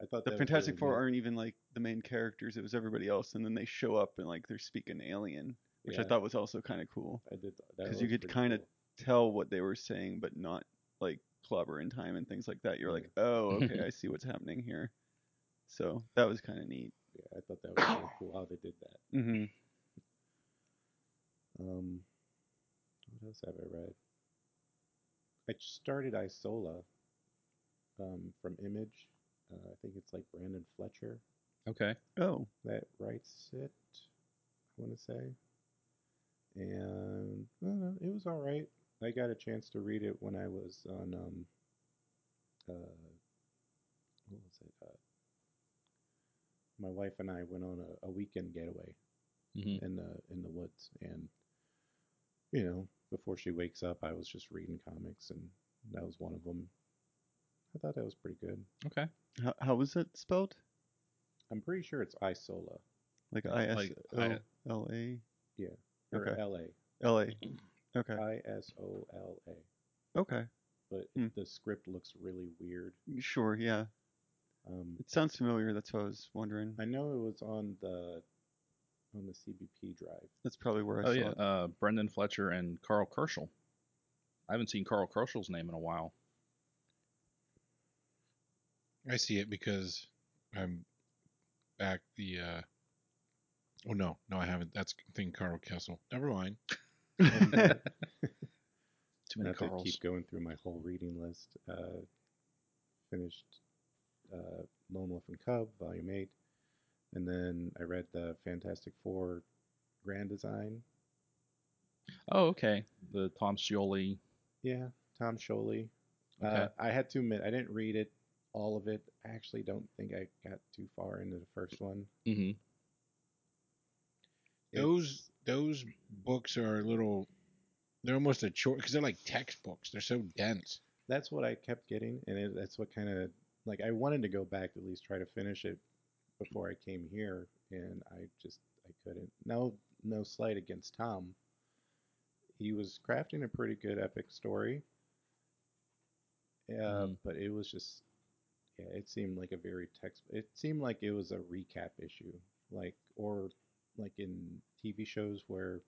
D: I thought
F: the
D: that was
F: Fantastic
D: really
F: Four
D: neat.
F: aren't even like the main characters. It was everybody else, and then they show up and like they're speaking alien, which I
D: Yeah,
F: thought was also kind of cool.
D: I did that
F: 'cause you
D: was
F: could
D: pretty
F: kinda
D: cool.
F: Tell what they were saying, but not like clobber in time and things like that. You're like, oh,
C: *laughs*
F: okay, I see what's happening here. So that was kind of neat.
D: yeah, I thought that was really cool how they did that.
C: Mm-hmm.
F: hmm
D: Um, what else have I read? I j- started Isola um, from Image. Uh, I think it's like Brandon Fletcher
C: Okay.
F: Oh,
D: that writes it. I want to say, and I don't know, it was all right. I got a chance to read it when I was on um, uh, what was it? Uh, my wife and I went on a, a weekend getaway
F: Mm-hmm.
C: hmm
D: in the in the woods and you know before she wakes up i was just reading comics and that was one of them i thought that was pretty good
C: Okay.
F: how, how was that spelled?
D: I'm pretty sure it's Isola Oh,
F: Like
C: Yeah,
F: I S
C: like
F: O
C: I-
F: L A
D: or
F: Okay.
D: L A.
F: L A. Okay.
D: I S O L A.
F: Okay.
D: But
F: Hmm.
D: the script looks really weird.
F: Sure. Yeah.
D: Um,
F: It sounds familiar. That's what I was wondering.
D: I know it was on the on the CBP drive.
F: That's probably where I
C: Oh
F: saw
C: yeah, *laughs*
F: it.
C: uh, Brendan Fletcher and Carl Kerschel. I haven't seen Carl Kerschel's name in a while.
B: I see it because I'm back the. uh Oh no, no, I haven't. That's thing Carl Kessel. Never
C: *laughs*
B: mind.
C: Too
D: I
C: many
D: have to
C: Carls.
D: keep going through my whole reading list. Uh, finished uh, Lone Wolf and Cub, Volume 8. And then I read the Fantastic Four Grand Design.
C: Oh okay, the Tom Scioli.
D: Yeah, Tom Scholey. Uh,
C: Okay.
D: I had to admit, I didn't read it, all of it. I actually don't think I got too far into the first one.
B: Mm-hmm.
C: hmm
B: Those those books are a little. They're almost a chore because they're like textbooks. They're so dense.
D: That's what I kept getting, and it, that's what kind of like I wanted to go back at least try to finish it before I came here, and I just I couldn't. No, no slight against Tom. He was crafting a pretty good epic story. Yeah,
C: Mhm.
D: but it was just yeah, it seemed like a very text. It seemed like it was a recap issue, like or like in TV shows where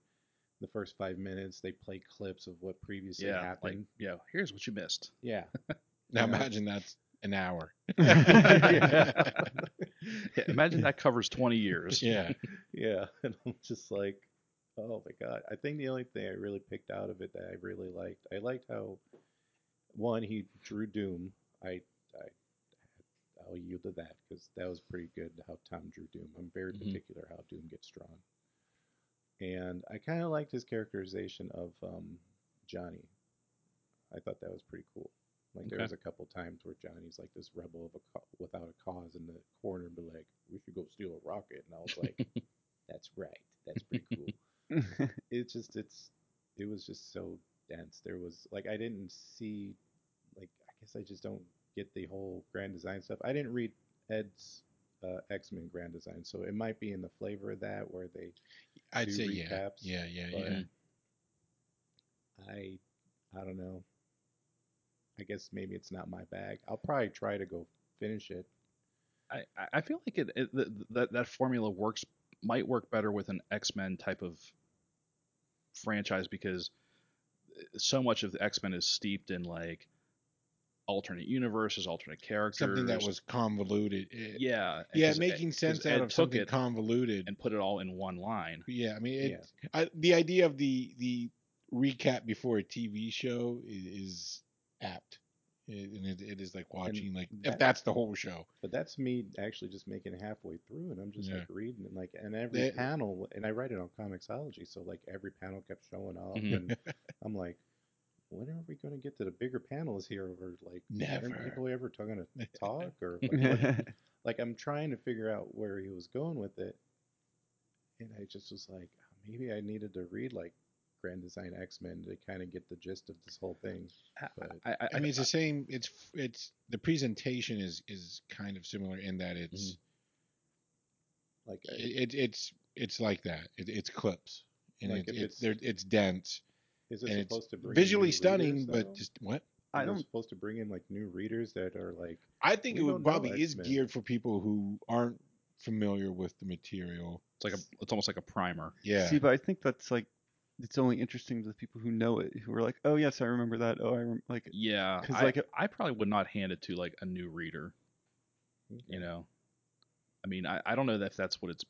D: the first five minutes they play clips of what previously
C: Yeah,
D: happened.
C: like yeah. Here's what you
B: *laughs*
C: missed.
D: yeah.
B: Now
D: Yeah.
B: imagine that's an hour.
C: yeah, imagine that covers 20 years. *laughs*
B: Yeah.
D: Yeah, *laughs* and I'm just like, oh my god. I think the only thing I really picked out of it that I really liked, I liked how one he drew Doom. I I I'll yield to that because that was pretty good how Tom drew Doom. I'm very
C: Mhm.
D: particular how Doom gets drawn, and I kind of liked his characterization of um, Johnny. I thought that was pretty cool. Like there
C: Okay.
D: was a couple times where Johnny's like this rebel of a co- without a cause in the corner, and be like, "We should go steal a rocket," and I was like, "That's right. That's pretty cool."
B: *laughs*
D: it's just it's it was just so dense. There was like I didn't see like I guess I just don't get the whole grand design stuff. I didn't read Ed's uh, X Men Grand Design, so it might be in the flavor of that where they
B: I'd
D: Do
B: say
D: recaps,
B: yeah. Yeah. Yeah.
D: but-
B: Yeah.
D: I I don't know. I guess maybe it's not my bag. I'll probably try to go finish it.
C: I, I- I feel like it, it th- th- that that formula works might work better with an X Men type of franchise because uh, so much of the X Men is steeped in like alternate universes, alternate characters,
B: Something that was convoluted. It-
C: yeah, and
B: yeah,
C: 'cause
B: making
C: Ed- 'cause
B: sense out
C: Ed
B: of
C: took
B: something
C: it
B: convoluted.
C: and put it all in one line.
B: Yeah, I mean, it, I, the idea of the the recap before a TV show i- is, apt, It- and it, it is like watching like if
D: that-
B: that's the whole show.
D: But that's me actually just making it halfway through, and I'm just
B: Yeah.
D: like reading it, like, and every
B: They-
D: panel, and I write it on Comixology, so like every panel kept showing up,
C: Mhm.
B: Mm-hmm.
D: and I'm like, when are we going to get to the bigger panels here? Or like,
B: Never.
D: are people ever going
B: *laughs*
D: to talk? Or like, what- like, I'm trying to figure out where he was going with it, and I just was like, maybe I needed to read like Grand Design X Men to kind of get the gist of this whole thing. But
C: I, I,
B: I mean, it's the same. It's it's the presentation is is kind of similar in that it's
D: Mm-hmm. like, I-
B: it, it it's it's like that. It, it's clips and
D: Like
B: it,
D: if
B: it's
D: it's-
B: they're it's dense
D: is
B: and
D: it
B: it's
D: supposed to bring in
B: visually
D: new
B: stunning,
D: readers,
B: but
D: though?
B: just what
F: I
D: I don't
F: don't.
D: supposed to bring in like new readers that are like
B: I think
D: We
B: it
D: don't
B: would
D: know
B: probably is
D: X-Men.
B: geared for people who aren't familiar with the material.
C: it's like a, it's almost like a primer.
B: Yeah,
F: *laughs* See, but I think that's like it's only interesting to the people who know it, who are like, oh yes, I remember that. Oh, I rem-. like.
C: Yeah,
F: 'Cause,
C: I-
F: like,
C: I probably would not hand it to like a new reader. You know, I mean, I, I don't know if that's what it's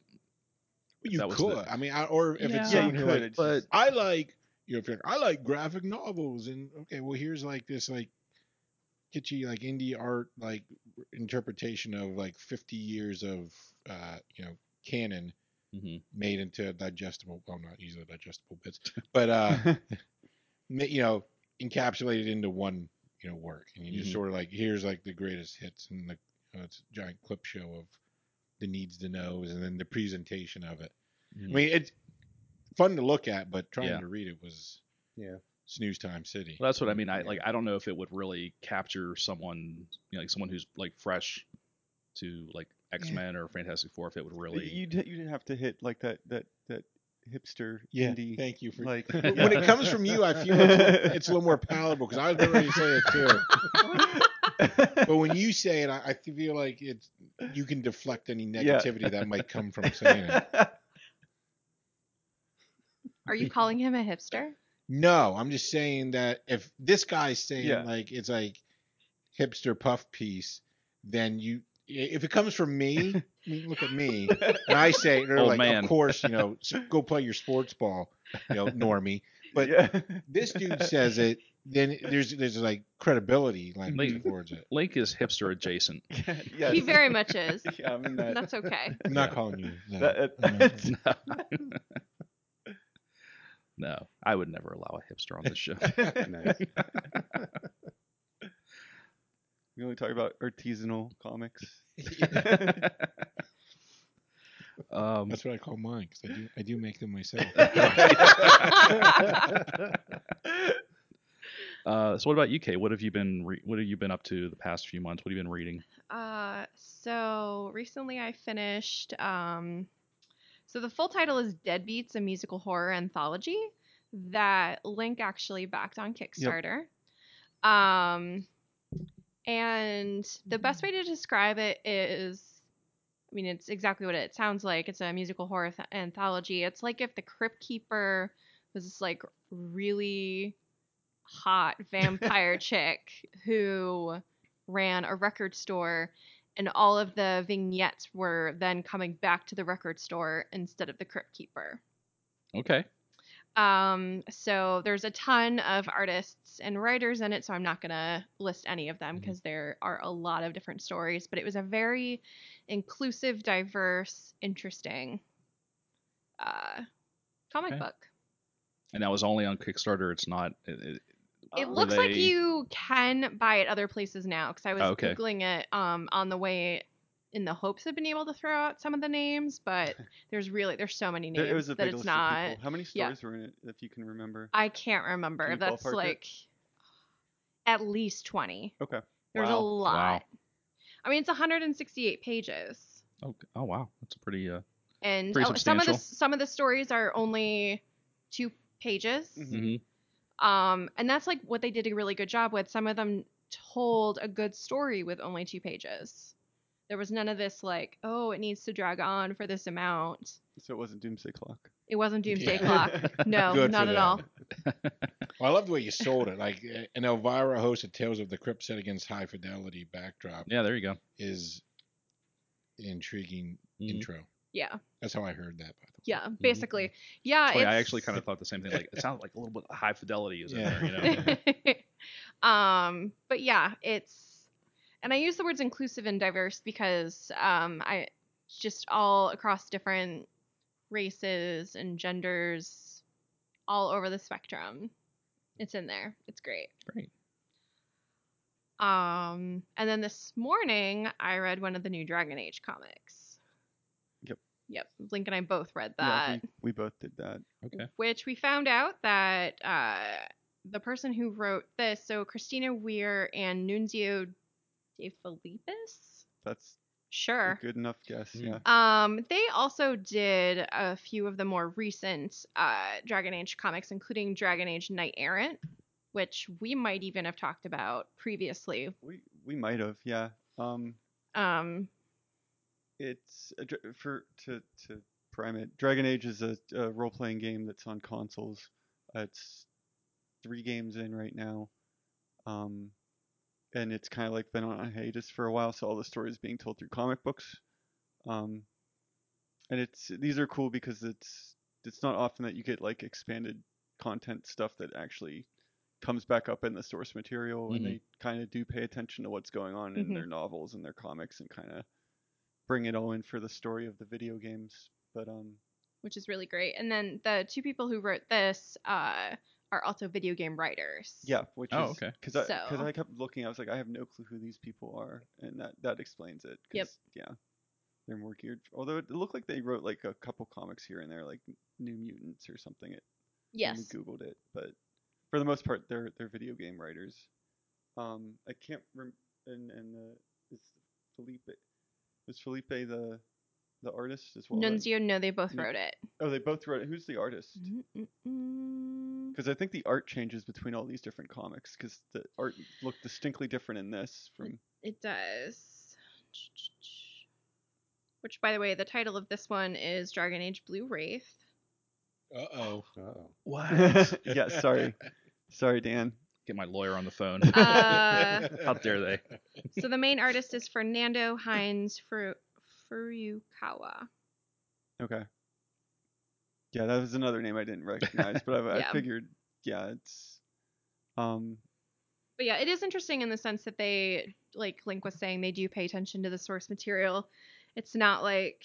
C: if
B: you
C: that was the-
B: could. I mean, I, or if it's
F: Yeah,
B: someone
F: you
B: who
F: could,
B: like,
F: it's just-
B: I like, you know, if you're, I like graphic novels, and okay, well, here's like this like kitschy like indie art like interpretation of like 50 years of uh you know canon
C: Mhm.
B: made into digestible, well, not easily digestible bits, but uh ma- you know encapsulated into one you know work, and you just
C: Mhm.
B: sort of like here's like the greatest hits and the you know, it's a giant clip show of the needs to knows and then the presentation of it. I
C: Mhm.
B: mean, it's fun to look at, but trying
C: Yeah.
B: to read it was
D: Yeah.
B: snooze time city.
C: Well, that's what I mean. I like I don't know if it would really capture someone, you know, like someone who's like fresh to like X Men or Fantastic Four if it would really.
F: You'd you'd have to hit like that that that hipster
B: Yeah,
F: indie
B: thank you for.
F: like
B: *laughs* When it comes from you, I feel it's, a- it's a little more palatable because I was about ready to say it too.
C: *laughs*
B: But when you say it, I, I feel like it's you can deflect any
F: Yeah.
B: negativity that might come from saying it.
A: Are you calling him a hipster?
B: No, I'm just saying that if this guy's saying
F: Yeah.
B: like it's like hipster puff piece, then you if it comes from
C: *laughs*
B: me, I mean, look at me, and I say they're
C: Old
B: like,
C: man.
B: of course, you
C: *laughs*
B: know, s- go play your sports ball, you know, normie. But
F: yeah.
B: this dude says it, then there's there's like credibility like
C: Like-
B: towards it.
C: Link is hipster adjacent.
F: *laughs* yes.
A: He very much is.
F: *laughs* yeah, I
A: *laughs*
F: mean that.
A: That's okay.
B: I'm not calling you. No.
F: that-
B: I'm
C: *laughs*
B: not-
F: that's-
C: no, I would never allow a hipster on this *laughs* show.
D: Nice.
F: we only talk about artisanal comics.
C: *laughs* um,
B: That's what I call mine because I do I do make them
C: *laughs*
B: myself.
C: uh, so, what about you, Kay? What have you been re- What have you been up to the past few months? What have you been reading?
A: Uh, so recently I finished. Um, so the full title is Deadbeats, a musical horror anthology that Link actually backed on Kickstarter. Um, and the best way to describe it is. I mean, it's exactly what it sounds like. It's a musical horror th- anthology. It's like if the Crypt Keeper was this like really hot vampire chick who ran a record store and all of the vignettes were then coming back to the record store instead of the crypt keeper
C: Okay.
A: um, so there's a ton of artists and writers in it so i'm not going to list any of them
B: Mhm.
C: Mm-hmm.
A: because there are a lot of different stories but it was a very inclusive diverse interesting uh, comic
C: Okay.
A: book
C: And that was only on Kickstarter. It's not. It, it-
A: It
F: Uh,
C: Were
A: looks like
C: they-
A: you can buy it other places now because I was
C: Oh, okay.
A: googling it um on the way in the hopes of being able to throw out some of the names,
F: *laughs*
A: but there's really there's so many
F: There-
A: names
F: it was a
A: that
F: big
A: it's
F: list
A: not.
F: of people. How many
A: yeah.
F: stories were in it, if you can remember?
A: I can't remember.
F: Can you
A: That's
F: ballpark it?
A: like at least twenty.
F: Okay.
A: There's
F: Wow.
A: a
F: Wow.
A: lot. I mean, it's 168 pages,
C: oh, oh wow, that's a pretty. Uh,
A: and
C: Pretty
A: a- some of the
C: substantial.
A: some of the stories are only two pages.
F: Mhm.
C: mhm.
A: Um, and that's like what they did a really good job with. Some of them told a good story with only two pages. There was none of this like, oh, it needs to drag on for this amount.
F: So it wasn't Doomsday Clock.
A: It wasn't Doomsday
B: Yeah.
D: *laughs*
A: Clock. No,
B: Good for
A: not at
B: them.
A: all.
B: Well, I love the way you sold it. Like uh, an Elvira host of Tales of the Crypt set against high fidelity backdrop
C: Yeah, there you go. Mm-hmm.
B: is an intriguing
C: Mhm.
B: intro.
A: Yeah,
B: That's how I heard that. By the way.
A: yeah. Basically, yeah.
C: Wait, Oh, I
A: it's-
C: actually kind of thought the same thing. Like it sounded like a little bit of high fidelity is
B: Yeah.
C: in there, you
A: *laughs*
C: know. *laughs*
A: um, but yeah, it's and I use the words inclusive and diverse because um, I just all across different races and genders, all over the spectrum. It's in there. It's great.
C: Great.
A: Um, and then this morning I read one of the new Dragon Age comics.
F: Yep.
A: Yep. Link and I both read that
F: Yeah, we, we both did that.
C: Okay.
A: which we found out that uh, the person who wrote this, so Christina Weir and Nunzio De Filippis,
F: That's
A: sure,
F: a good enough guess.
C: Mm.
F: Yeah.
A: um, they also did a few of the more recent uh, Dragon Age comics, including Dragon Age Knight Errant, which we might even have talked about previously.
F: We we might have. Yeah. Um,
A: Um,
F: it's a dr- for to to prime it. Dragon Age is a, a role playing game that's on consoles. Uh, it's three games in right now, um, and it's kind of like been on a hiatus for a while. So all the stories being told through comic books, um, and it's these are cool because it's it's not often that you get like expanded content stuff that actually comes back up in the source material and
C: Mhm.
F: they kind of do pay attention to what's going on in
A: Mhm.
F: their novels and their comics and kind of bring it all in for the story of the video games. But um,
A: which is really great. And then the two people who wrote this uh, are also video game writers.
F: yeah, which
C: Oh,
F: is
C: okay.
F: because I because
A: So-
F: I kept looking, I was like, I have no clue who these people are, and that that explains it. 'cause,
A: Yep.
F: Yeah, they're more geared. Although it looked like they wrote like a couple comics here and there, like New Mutants or something. It, when
A: Yes.
F: We googled it, but for the most part, they're they're video game writers. Um, I can't rem and and the it's Felipe. Is Felipe the the artist as well? then?
A: Nunzio, no, they both
F: No.
A: wrote it.
F: Oh, they both wrote it. Who's the artist?
A: Mm, mm, mm.
F: Because I think the art changes between all these different comics because the art looked distinctly different in this from
A: It does. Which, by the way, the title of this one is Dragon Age Blue Wraith.
B: Uh oh.
D: Oh,
C: What?
B: *laughs*
F: yeah. Sorry, *laughs* sorry, Dan.
C: Get my lawyer on the phone.
A: Uh,
C: How dare they?
A: so the main artist is Fernando Hines Fru- Furukawa.
F: Okay. Yeah, that was another name I didn't recognize,
A: *laughs*
F: but I,
A: Yeah.
F: I figured, yeah, it's um,
A: But yeah, it is interesting in the sense that they, like Link was saying, they do pay attention to the source material. It's not like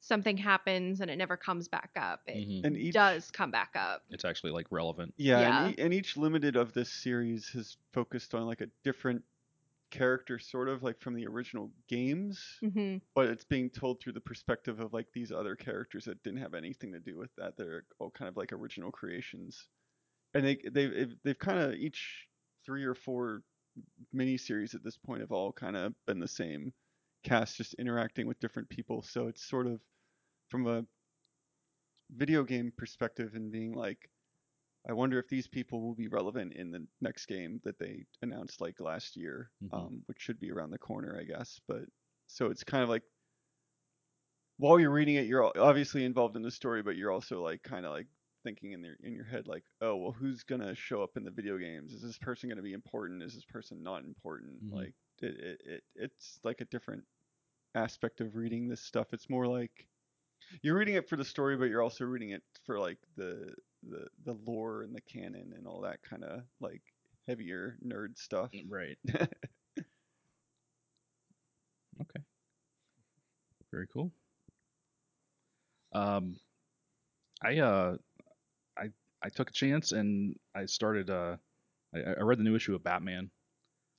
A: something happens and it never comes back up. It
C: Mhm.
F: and each
A: does come back up.
C: It's actually like relevant.
F: Mm-hmm. Yeah, And, e- and each limited of this series has focused on like a different character, sort of like from the original games,
A: hmm
F: but it's being told through the perspective of like these other characters that didn't have anything to do with that. They're all kind of like original creations, and they they've they've kind of each three or four miniseries at this point have all kind of been the same cast, just interacting with different people. So it's sort of from a video game perspective and being like, I wonder if these people will be relevant in the next game that they announced like last year,
C: Mhm.
F: um, which should be around the corner, I guess. But so it's kind of like while you're reading it, you're o- obviously involved in the story, but you're also like kind of like thinking in your in your head like, oh well, who's gonna show up in the video games? Is this person gonna be important? Is this person not important?
C: Mhm.
F: Like it, it, it it's like a different aspect of reading this stuff. It's more like you're reading it for the story, but you're also reading it for like the the the lore and the canon and all that kind of like heavier nerd stuff.
C: Mm, Right. okay. Very cool. Um, I uh, I I took a chance and I started uh, I, I read the new issue of Batman.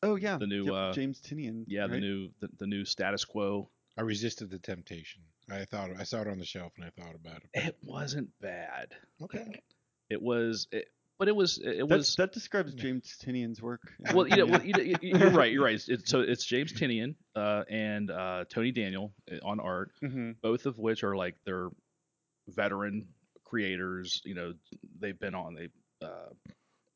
F: Oh yeah,
C: The new, uh,
F: James Tinian.
C: Yeah, the
F: right?
C: new the, the new status quo.
B: I resisted the temptation. I thought I saw it on the shelf and I thought about it.
C: It wasn't bad.
B: Okay.
C: It was, it, but it was eh, it
F: That,
C: was.
F: that describes
B: Yeah.
F: James Tinian's work.
C: *laughs* well, you know, well, you know, you- you're right. You're right. It's, it's- so it's James Tinian uh, and uh, Tony Daniel uh, on art,
F: hmm
C: both of which are like they're veteran creators. You know, they've been on they uh,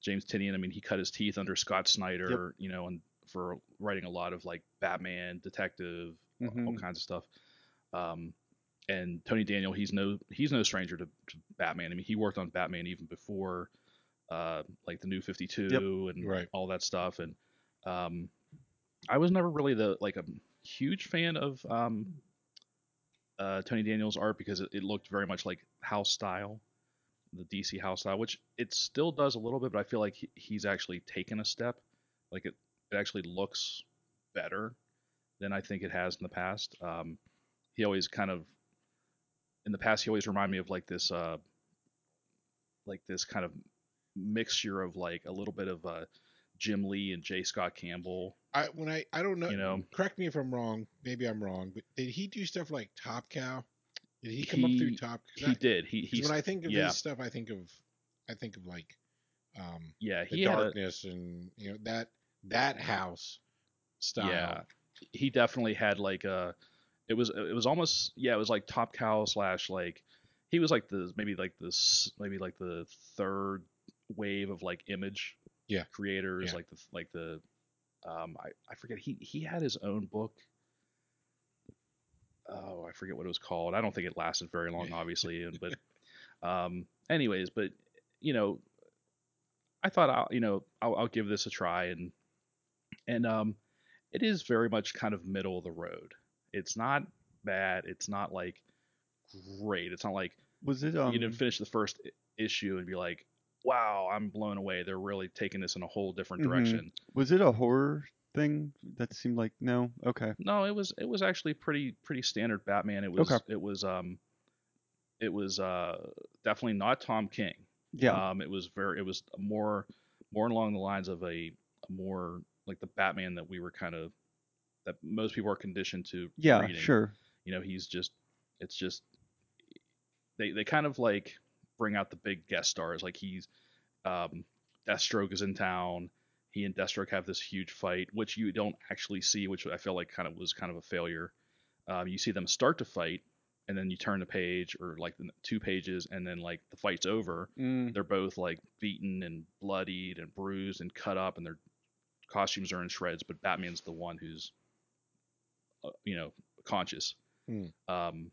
C: James Tinian. I mean, he cut his teeth under Scott Snyder. You know, and for writing a lot of like Batman, detective, all- *laughs*
D: Mm-hmm.
C: all
F: Mhm.
C: kinds of stuff. Um, and Tony Daniel, he's no he's no stranger to, to Batman. I mean, he worked on Batman even before uh, like the New Fifty Two and
B: Right.
C: all that stuff. And um, I was never really the like a huge fan of um, uh, Tony Daniel's art because it, it looked very much like house style, the DC house style, which it still does a little bit, but I feel like he, he's actually taken a step. Like it, it actually looks better than I think it has in the past. Um, he always kind of, in the past, he always reminded me of like this, uh, like this kind of mixture of like a little bit of uh, Jim Lee and J. Scott Campbell.
B: I when I I don't know.
C: You know.
B: Correct me if I'm wrong. Maybe I'm wrong. But did he do stuff like Top Cow? Did he come up through
C: He-
B: Top? 'cause
C: He
B: I-
C: did. He
B: 'cause
C: he's
B: when I think of
C: yeah.
B: his stuff, I think of I think of like um
C: yeah
B: the
C: he had a,
B: darkness and you know that that house style.
C: Yeah, he definitely had like a. It was it was almost yeah it was like Top Cow slash like he was like the maybe like this maybe like the third wave of like image
B: Yeah.
C: creators
B: Yeah.
C: like the like the um I, I forget he he had his own book oh I forget what it was called I don't think it lasted very long obviously and but
B: *laughs*
C: um anyways but you know I thought I'll you know I'll, I'll give this a try and and um it is very much kind of middle of the road. It's not bad. It's not like great. It's not like
F: Was it um?
C: you didn't finish the first i- issue and be like, wow, I'm blown away. They're really taking this in a whole different
F: Mhm.
C: direction.
F: Was it a horror thing? That seemed like no. Okay.
C: No, it was it was actually pretty pretty standard Batman. It was
F: Okay.
C: it was um it was uh definitely not Tom King.
F: Yeah.
C: Um, it was very, it was more, more along the lines of a, a more like the Batman that we were kind of, that most people are conditioned to.
F: yeah.
C: reading.
F: Sure.
C: You know, he's just, it's just, they they kind of like bring out the big guest stars. Like he's, um, Deathstroke is in town. he and Deathstroke have this huge fight, which you don't actually see, which I feel like kind of was kind of a failure. Um, you see them start to fight, and then you turn the page or like the two pages, and then like the fight's over.
F: Mm.
C: They're both like beaten and bloodied and bruised and cut up, and their costumes are in shreds. But Batman's the one who's, uh, you know, conscious.
B: Mm.
C: Um,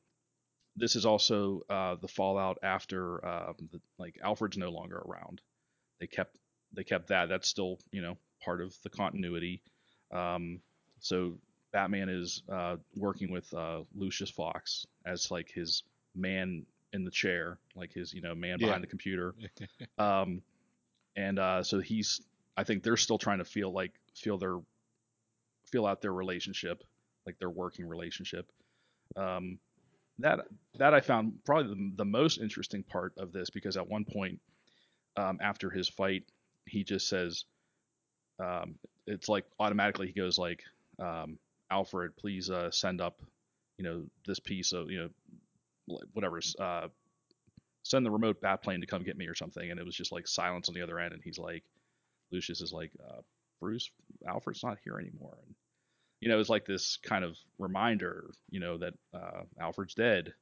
C: this is also uh, the fallout after um, the, like Alfred's no longer around. They kept they kept that. That's still you know part of the continuity. Um, so Batman is uh, working with uh, Lucius Fox as like his man in the chair, like his you know man
B: Yeah.
C: behind the computer.
B: *laughs*
C: um, and uh, so he's I think they're still trying to feel like feel their feel out their relationship, like their working relationship. Um, that that I found probably the, the most interesting part of this because at one point um, after his fight, he just says, um, "It's like automatically he goes like, um, Alfred, please uh, send up, you know, this piece of you know, wh- whatever, uh, send the remote bat plane to come get me or something." And it was just like silence on the other end, and he's like, Lucius is like, uh, "Bruce, Alfred's not here anymore," and you know, it's like this kind of reminder, you know, that uh, Alfred's dead.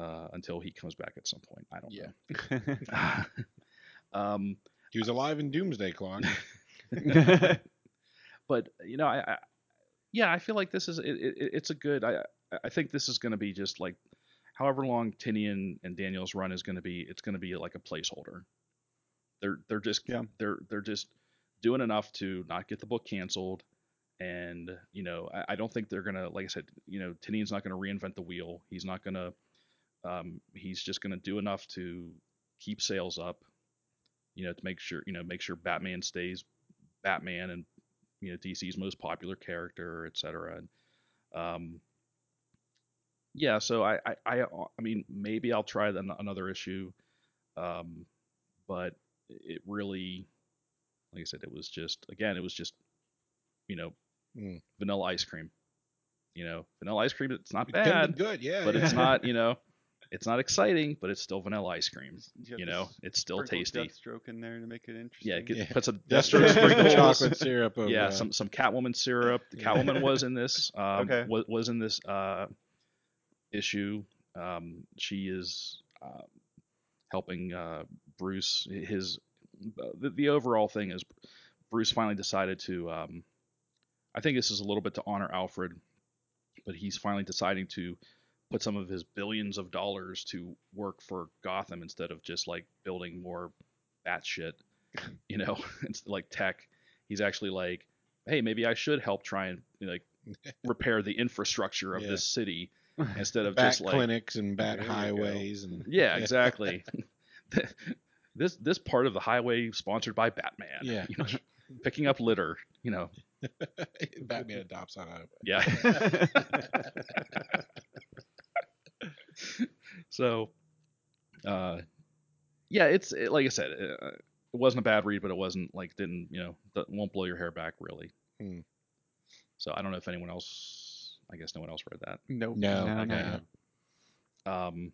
C: Uh, until he comes back at some point, I don't
B: Yeah.
C: know. *laughs* um,
B: He was alive in Doomsday
C: *laughs*
B: Clock.
C: but you know, I, I yeah, I feel like this is it, it, it's a good. I I think this is going to be just like however long Tinian and Daniel's run is going to be. It's going to be like a placeholder. They're they're just
F: Yeah.
C: they're they're just doing enough to not get the book canceled. And you know, I, I don't think they're gonna, like I said, you know, Tinian's not gonna reinvent the wheel. He's not gonna, um, he's just gonna do enough to keep sales up, you know, to make sure, you know, make sure Batman stays Batman and you know DC's most popular character, et cetera. And um, yeah, so I, I I I mean maybe I'll try the, another issue, um, but it really, like I said, it was just again it was just you know
B: Mm.
C: vanilla ice cream, you know vanilla ice cream. It's not
B: It could've been
C: bad,
B: good, yeah.
C: *laughs* but it's
B: yeah.
C: not you know it's not exciting, but it's still vanilla ice cream.
F: have
C: You
F: to
C: know, it's still
F: sprinkle
C: tasty.
F: Deathstroke in there to make it interesting.
C: Yeah, it
B: Yeah.
C: gets, puts a
B: *laughs* *laughs* That's
C: Deathstroke
B: just sprinkle
C: sprinkles.
B: chocolate syrup over. uh,
C: yeah,
B: it.
C: some some Catwoman syrup.
B: *laughs*
C: The
B: Yeah.
C: Catwoman was in this. Um,
F: Okay.
C: wa- was, in this uh, issue. Um, she is uh, helping uh, Bruce. His the, the overall thing is Bruce finally decided to. Um, I think this is a little bit to honor Alfred, but he's finally deciding to put some of his billions of dollars to work for Gotham instead of just like building more
B: *laughs*
C: bat shit. You know, *laughs* it's like tech. He's actually like, hey, maybe I should help try and
B: *laughs*
C: you know, like repair the infrastructure of
B: Yeah.
C: this
B: *laughs*
C: city instead of
B: bat
C: just like
B: clinics and bat
F: There you go.
B: highways and
C: *laughs*
B: *laughs*
C: yeah, exactly. *laughs* this this part of the highway sponsored by Batman.
B: Yeah. *laughs*
C: you know, picking up litter. You know,
B: Batman adopts on highway.
C: yeah. *laughs* so, uh, yeah, it's it, like I said, uh, it wasn't a bad read, but it wasn't like didn't you know that won't blow your hair back really.
B: Hmm.
C: So I don't know if anyone else. I guess no one else read that.
F: Nope.
B: No,
F: no,
B: no.
F: no.
C: um,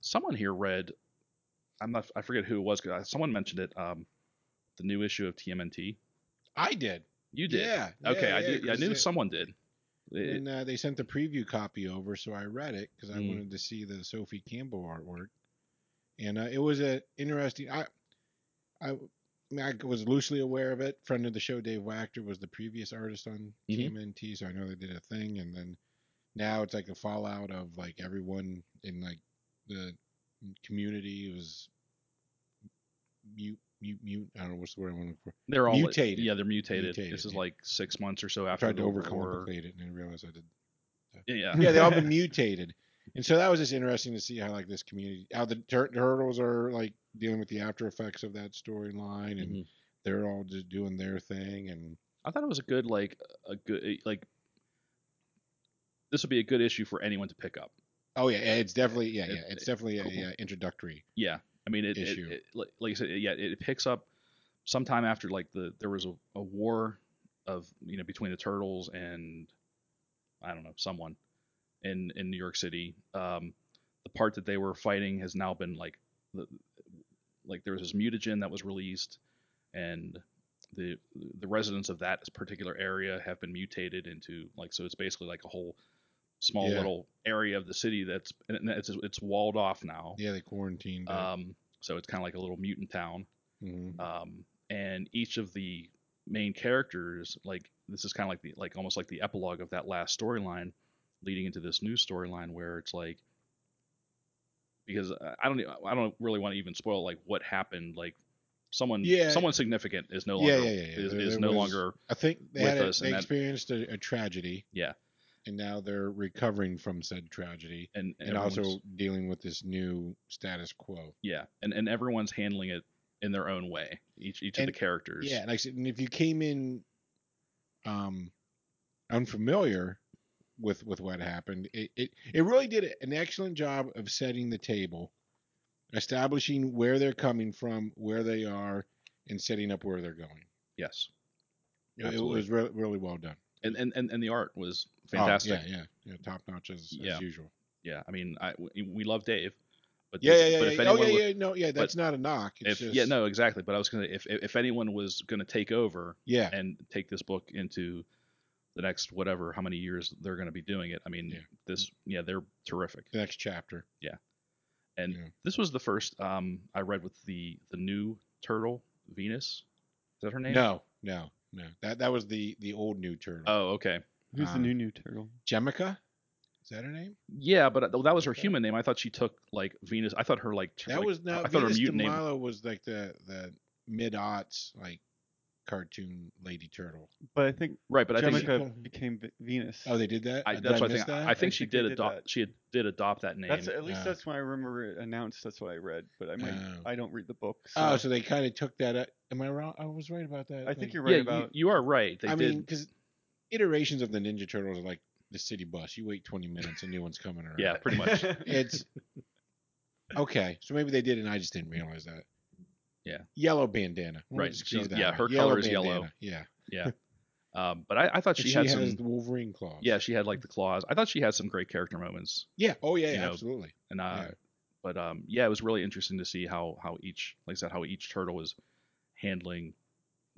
C: someone here read i'm not i forget who it was 'cause I- someone mentioned it um the new issue of tmnt
B: I did.
C: you did
B: Yeah.
C: okay
B: yeah,
C: i
B: yeah,
C: did i
B: 'cause
C: knew
B: it-
C: someone did It-
B: And uh, they sent the preview copy over, so I read it because I
C: Mm.
B: wanted to see the Sophie Campbell artwork. And uh, it was a interesting. I, I, I mean, I was loosely aware of it. Friend of the show, Dave Wachter, was the previous artist on
C: Mhm.
B: TMNT, so I know they did a thing. And then now it's like a fallout of like everyone in like the community was mute, mute, mute. I don't know what's the word I'm looking for.
C: they're all
B: Mutated.
C: yeah they're mutated,
B: Mutated,
C: this is
B: yeah.
C: like six months or so
B: I
C: after
B: tried to
C: the war.
B: overcomplicate it and I realized I did
C: yeah
B: yeah, they all
C: *laughs*
B: been mutated, and so that was just interesting to see how like this community, how the tur- turtles are like dealing with the after effects of that storyline, and
C: Mhm.
B: they're all just doing their thing, and
C: i thought it was a good like a good like this would be a good issue for anyone to pick up
B: oh yeah, yeah, it's definitely yeah,
C: It-
B: yeah, it's
C: it-
B: definitely a,
C: cool.
B: yeah, introductory.
C: Yeah, I mean, it, it-
B: issue.
C: it- like like I said, yeah, it picks up sometime after like the there was a, a war of you know between the turtles and I don't know someone in in New York City. Um, the part that they were fighting has now been like the, like there was this mutagen that was released, and the the residents of that particular area have been mutated into like so it's basically like a whole small
B: Yeah.
C: little area of the city that's and it's it's walled off now.
B: Yeah, they quarantined. it.
C: Um, so it's kind of like a little mutant town.
B: Mhm.
C: Um, and each of the main characters, like this is kind of like the like almost like the epilogue of that last storyline, leading into this new storyline where it's like because uh, I don't e- I don't really want to even spoil like what happened like someone
B: Yeah.
C: someone significant is uh, no
B: Yeah,
C: longer
B: yeah, yeah, yeah.
C: is,
B: There-
C: is
B: there
C: no
B: was-
C: longer
B: I think they,
C: with
B: had a,
C: us and
B: they
C: that-
B: experienced a, a tragedy.
C: Yeah.
B: And now they're recovering from said tragedy
C: and
B: and also
C: everyone's-
B: dealing with this new status quo.
C: yeah and and everyone's handling it in their own way each each
B: And-
C: of the characters
B: Yeah, and I said, and if you came in um unfamiliar with with what happened, it, it it really did an excellent job of setting the table, establishing where they're coming from, where they are, and setting up where they're going.
C: yes
B: It- It
C: Absolutely.
B: was re- really well done.
C: and and and, and the art was
B: Oh,
C: fantastic
B: yeah, yeah, yeah, top notch as,
C: Yeah.
B: as usual.
C: yeah i mean i we, we love dave but
B: Yeah,
C: this-
B: yeah, yeah.
C: but
B: yeah,
C: if
B: oh,
C: anyone
B: yeah,
C: was-
B: yeah. No, yeah. That's not a knock. It's
C: if,
B: just,
C: yeah no exactly but i was gonna if if if anyone was gonna take over
B: Yeah,
C: and take this book into the next whatever how many years they're gonna be doing it i mean
B: Yeah.
C: this yeah they're terrific
B: the next chapter.
C: and
B: Yeah.
C: this was the first um i read with the the new turtle venus is that her name
B: No, no, no. That that was the the old new turtle.
C: oh okay
F: Who's the
B: Um,
F: new new turtle?
B: Jemica, is that her name?
C: yeah but uh, that was her
B: Okay.
C: human name i thought she took like venus i thought her like tur-
B: That
C: like,
B: was
C: I
B: not.
C: thought her
B: Venus de
C: mutant name
B: Milo was like the the mid aughts like cartoon lady turtle.
F: But I think
C: right but i think
F: Jemica
B: she-
F: became Ve- Venus.
B: Oh, they did that.
C: I,
B: Did
C: that's what I
B: miss
C: think.
B: that?
C: I think
F: I
C: she
F: think they
C: did
F: did
C: adopt.
F: that.
C: She had, did adopt that name.
F: That's at least
B: Yeah.
F: that's when I remember it announced. That's what I read, but I might
B: Oh.
F: I don't read the book. So
B: oh, so they kind of took that. Up. Am I wrong? I was right about that.
F: I
B: like-
F: think you're
C: yeah,
F: right
C: you-
F: about.
C: you, are right. They
B: I
C: did.
B: mean, because iterations of the Ninja Turtles are like the city bus. You wait twenty minutes, a new one's coming around.
C: yeah, pretty much.
B: *laughs* It's okay. So maybe they did, and I just didn't realize that.
C: Yeah.
B: Yellow bandana. Why don't we
C: Right,
B: just go
C: she's-
B: that
C: yeah,
B: way?
C: her color is yellow.
B: bandana, Yeah.
C: um, but I, I thought
B: And
C: she, had
B: has
C: some.
B: the Wolverine claws.
C: yeah, she had like the claws. I thought she had some great character moments,
B: Yeah. Oh yeah.
C: you
B: yeah,
C: know,
B: absolutely.
C: and uh,
B: Yeah.
C: but um, yeah, it was really interesting to see how how each, like I said, how each turtle was handling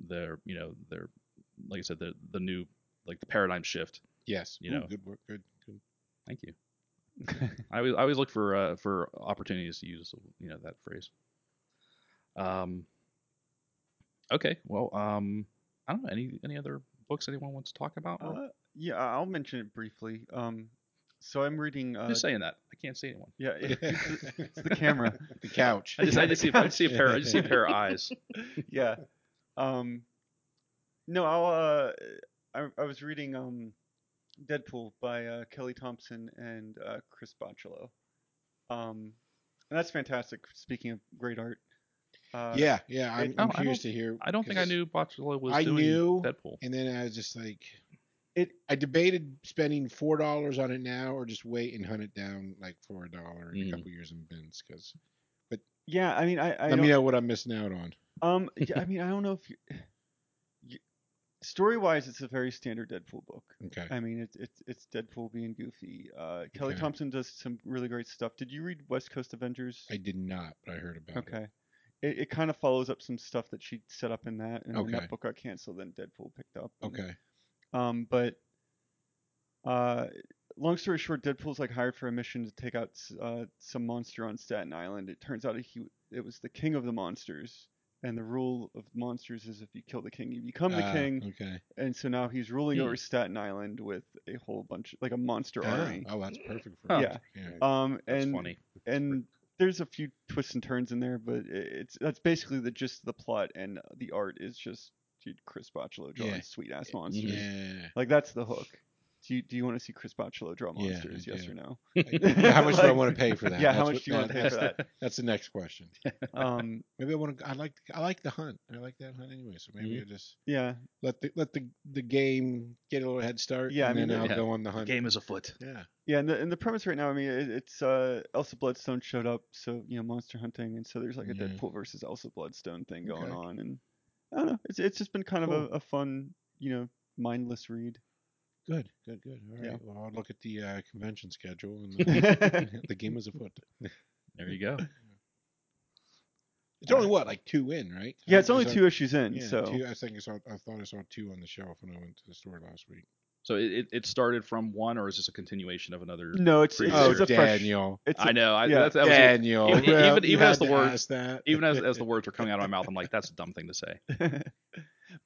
C: their, you know, their, like I said, the the new like the paradigm shift.
B: Yes.
C: you
B: Ooh,
C: know.
B: Good work. Good. good. *laughs*
C: Thank you. I always I always look for uh, for opportunities to use you know that phrase. Um. Okay. Well. Um. I don't know any any other books anyone wants to talk about.
F: uh, yeah, I'll mention it briefly. Um, so I'm reading. Uh,
C: I'm just saying that I can't see anyone.
F: yeah, it- it's, the- it's the camera.
B: The couch.
C: I just, I just see I just see a pair I just see a pair
F: *laughs*
C: of eyes.
F: yeah. Um, no, I'll. Uh, I, I was reading um, Deadpool by uh, Kelly Thompson and uh, Chris Bocciolo. Um, and that's fantastic. Speaking of great art. Uh,
B: yeah. Yeah. I'm,
F: it-
B: I'm
C: Oh, I
B: curious
C: don't-
B: to hear.
C: I don't think I
B: 'cause-
C: knew Botula was
B: I
C: doing
B: knew-
C: Deadpool.
B: And then I was just like,
F: It.
B: I debated spending four dollars on it now or just wait and hunt it down like for a dollar in
C: Mm.
B: a couple years in bins because
F: Yeah, I mean, I. I
B: let
F: don't-
B: me know what I'm missing out on. *laughs*
F: Um, yeah, I mean, I don't know if you, you story-wise, it's a very standard Deadpool book.
B: Okay.
F: I mean, it's it's it's Deadpool being goofy. Uh, Kelly
B: Okay.
F: Thompson does some really great stuff. Did you read West Coast Avengers?
B: I did not, but I heard about it.
F: okay, it, it kind of follows up some stuff that she set up in that, and when
B: Okay.
F: that book got canceled, then Deadpool picked up. and-
B: Okay.
F: Um, but uh, long story short, Deadpool's like hired for a mission to take out s- uh, some monster on Staten Island. It turns out he it was the king of the monsters, and the rule of monsters is if you kill the king, you become the
B: Ah,
F: king.
B: Okay.
F: And so now he's ruling
C: Hmm.
F: over Staten Island with a whole bunch, like a monster
B: Ah,
F: army.
B: Oh, that's perfect for
C: Huh.
B: it.
D: Yeah.
F: Um,
C: That's
F: and
C: funny.
F: and there's a few twists and turns in there, but i- it's that's basically the gist of the plot, and the art is just dude, Chris Bocciolo drawing
B: Yeah.
F: sweet ass monsters.
B: Yeah.
F: Like that's the hook. Do you, do you want to see Chris Bocciolo draw
B: Yeah, I
F: monsters? yes
B: do.
F: or no?
B: Yeah, how much do I
F: Like-
B: want to pay for that?
F: Yeah,
B: That's
F: how much
B: what-
F: do you want to pay
B: *laughs*
F: for
B: that's-
F: that?
B: That's the next question.
F: Um,
B: Maybe I want to. I like. I like the hunt. I like that hunt anyway. So maybe I just
F: yeah,
B: let the let the the game get a little head start.
F: Yeah, I
B: and
F: mean,
B: then I'll
C: yeah.
B: go on the hunt.
C: Game is afoot.
B: Yeah.
F: yeah, and the, and the premise right now, I mean, it, it's uh, Elsa Bloodstone showed up, so you know, monster hunting, and so there's like a
B: Yeah.
F: Deadpool versus Elsa Bloodstone thing going
B: Okay.
F: on, and I don't know, it's it's just been kind of a,
B: Cool.
F: a fun, you know, mindless read.
B: Good. Good. Good. All right.
F: Yeah.
B: Well, I'll look at the uh, convention schedule and uh, the game is afoot.
C: There you go.
B: It's only what like two in, right?
F: Yeah, it's only
B: Is that-
F: two issues in,
B: yeah,
F: so
B: two, I think I saw. I thought I saw two on the shelf when I went to the store last week.
C: So it, it, it started from one, or is this a continuation of another?
F: no, it's it's,
C: Oh,
F: it's a fresh.
B: Daniel,
F: It's
C: I
F: a,
C: know. I,
F: yeah.
C: that's, that was it.
B: Daniel.
C: even-
B: well,
C: even-
B: you
C: even as
B: had
C: the
B: to
C: word-
B: ask that.
C: Even as,
F: *laughs*
B: *laughs*
C: as the words were coming out of my mouth, I'm like, that's a dumb thing to say.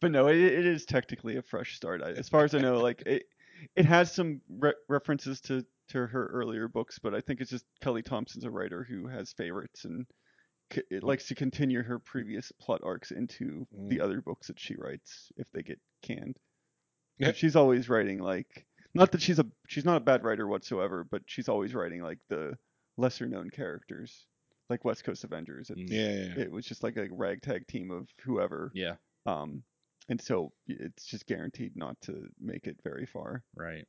F: but no, it, it is technically a fresh start. I- As far as I know, like it, it has some re- references to to her earlier books, but I think it's just Kelly Thompson's a writer who has favorites and c- it likes to continue her previous plot arcs into the
B: Mm.
F: other books that she writes if they get canned.
B: Yep.
F: She's always writing like not that she's a she's not a bad writer whatsoever, but she's always writing like the lesser known characters, like West Coast Avengers. It's,
B: yeah, yeah, yeah.
F: It was just like a ragtag team of whoever
C: Yeah,
F: um, and so it's just guaranteed not to make it very far.
C: right.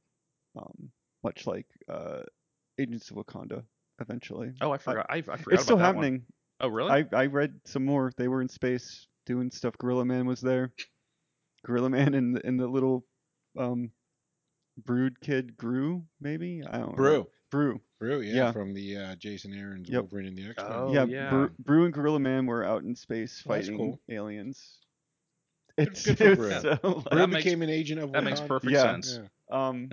F: Um, much like uh, Agents of Wakanda, eventually.
C: Oh, I forgot. I, I forgot
F: it's still
C: about that
F: happening.
C: One. Oh, really?
F: I I read some more. They were in space doing stuff. Gorilla Man was there. Gorilla Man and the- and the little um, brood kid grew maybe. I don't.
B: Brew,
F: remember. Brew.
B: Brew, yeah,
F: Yeah.
B: from the uh, Jason Aaron's
F: Yep.
B: Wolverine and the X Men.
C: Oh,
F: yeah.
C: yeah.
F: Brew, Brew and Gorilla Man were out in space
B: Well, that's
F: fighting
B: cool.
F: aliens.
B: Good-
F: It's,
B: good for
F: it's
B: Brew.
F: so
C: That
B: Brew
C: makes-
B: became an agent of.
C: that makes
B: Wakanda.
C: perfect
F: Yeah.
C: sense.
B: Yeah.
F: Um,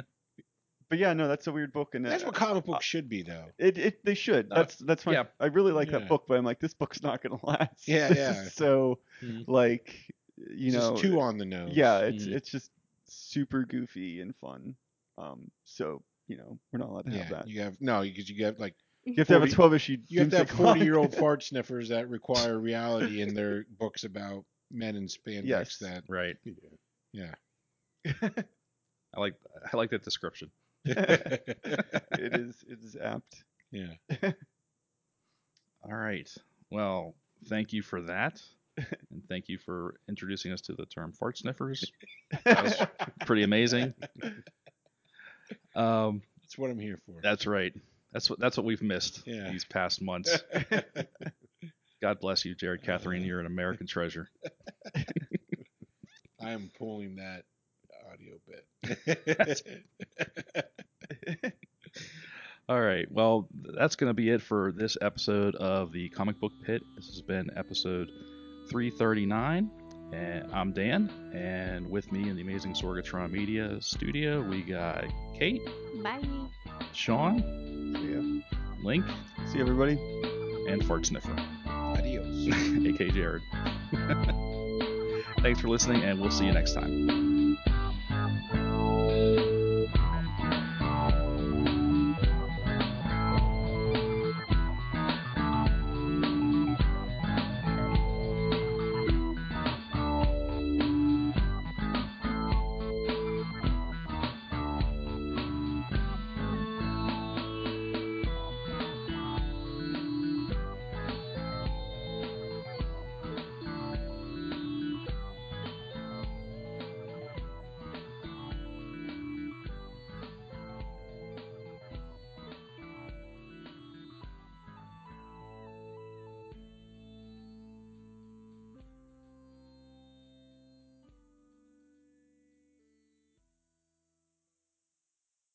F: but yeah, no, that's a weird book, and
B: That's
F: uh,
B: what comic
F: uh,
B: books should be, though.
F: it, it they should.
C: Uh,
F: That's that's my.
C: yeah.
F: I really like
B: Yeah.
F: that book, but I'm like, this book's not gonna last. *laughs*
B: Yeah, yeah.
F: so
B: Hmm.
C: Mhm.
F: like, you
B: It's
F: know,
B: just too on the nose.
F: yeah, it's
B: Hmm.
C: Mhm.
F: it's just super goofy and fun. Um, so you know, we're not allowed
C: Hmm.
F: to have
B: yeah.
F: that. You,
B: You have no, because you have like
F: have to have a
B: 40
F: 12 issue.
B: you have to
F: Doomsday
B: have forty year old
F: Clock.
B: fart sniffers that
F: *laughs*
B: require reality in their books about men in spandex.
F: Yes.
B: That
C: Right.
B: yeah.
C: I like I like that description.
F: *laughs* it is it is apt.
B: yeah.
C: All right. Well, thank you for that, and thank you for introducing us to the term fart sniffers. That was pretty amazing. Um,
B: That's what I'm here for.
C: that's right. That's what that's what we've missed
B: Yeah.
C: these past months. God bless you, Jared Catherine. You're an American treasure.
B: I am pulling that audio bit.
C: *laughs*
B: *laughs*
C: All right. Well, that's going to be it for this episode of the Comic Book Pit. This has been episode 339. And I'm Dan. And with me in the amazing Sorgatron Media studio, we got Kate,
A: Bye.
C: Sean,
F: yeah.
C: Link,
F: See everybody.
C: and Fart Sniffer,
B: Adios.
C: *laughs* aka Jared. Thanks for listening, and we'll see you next time.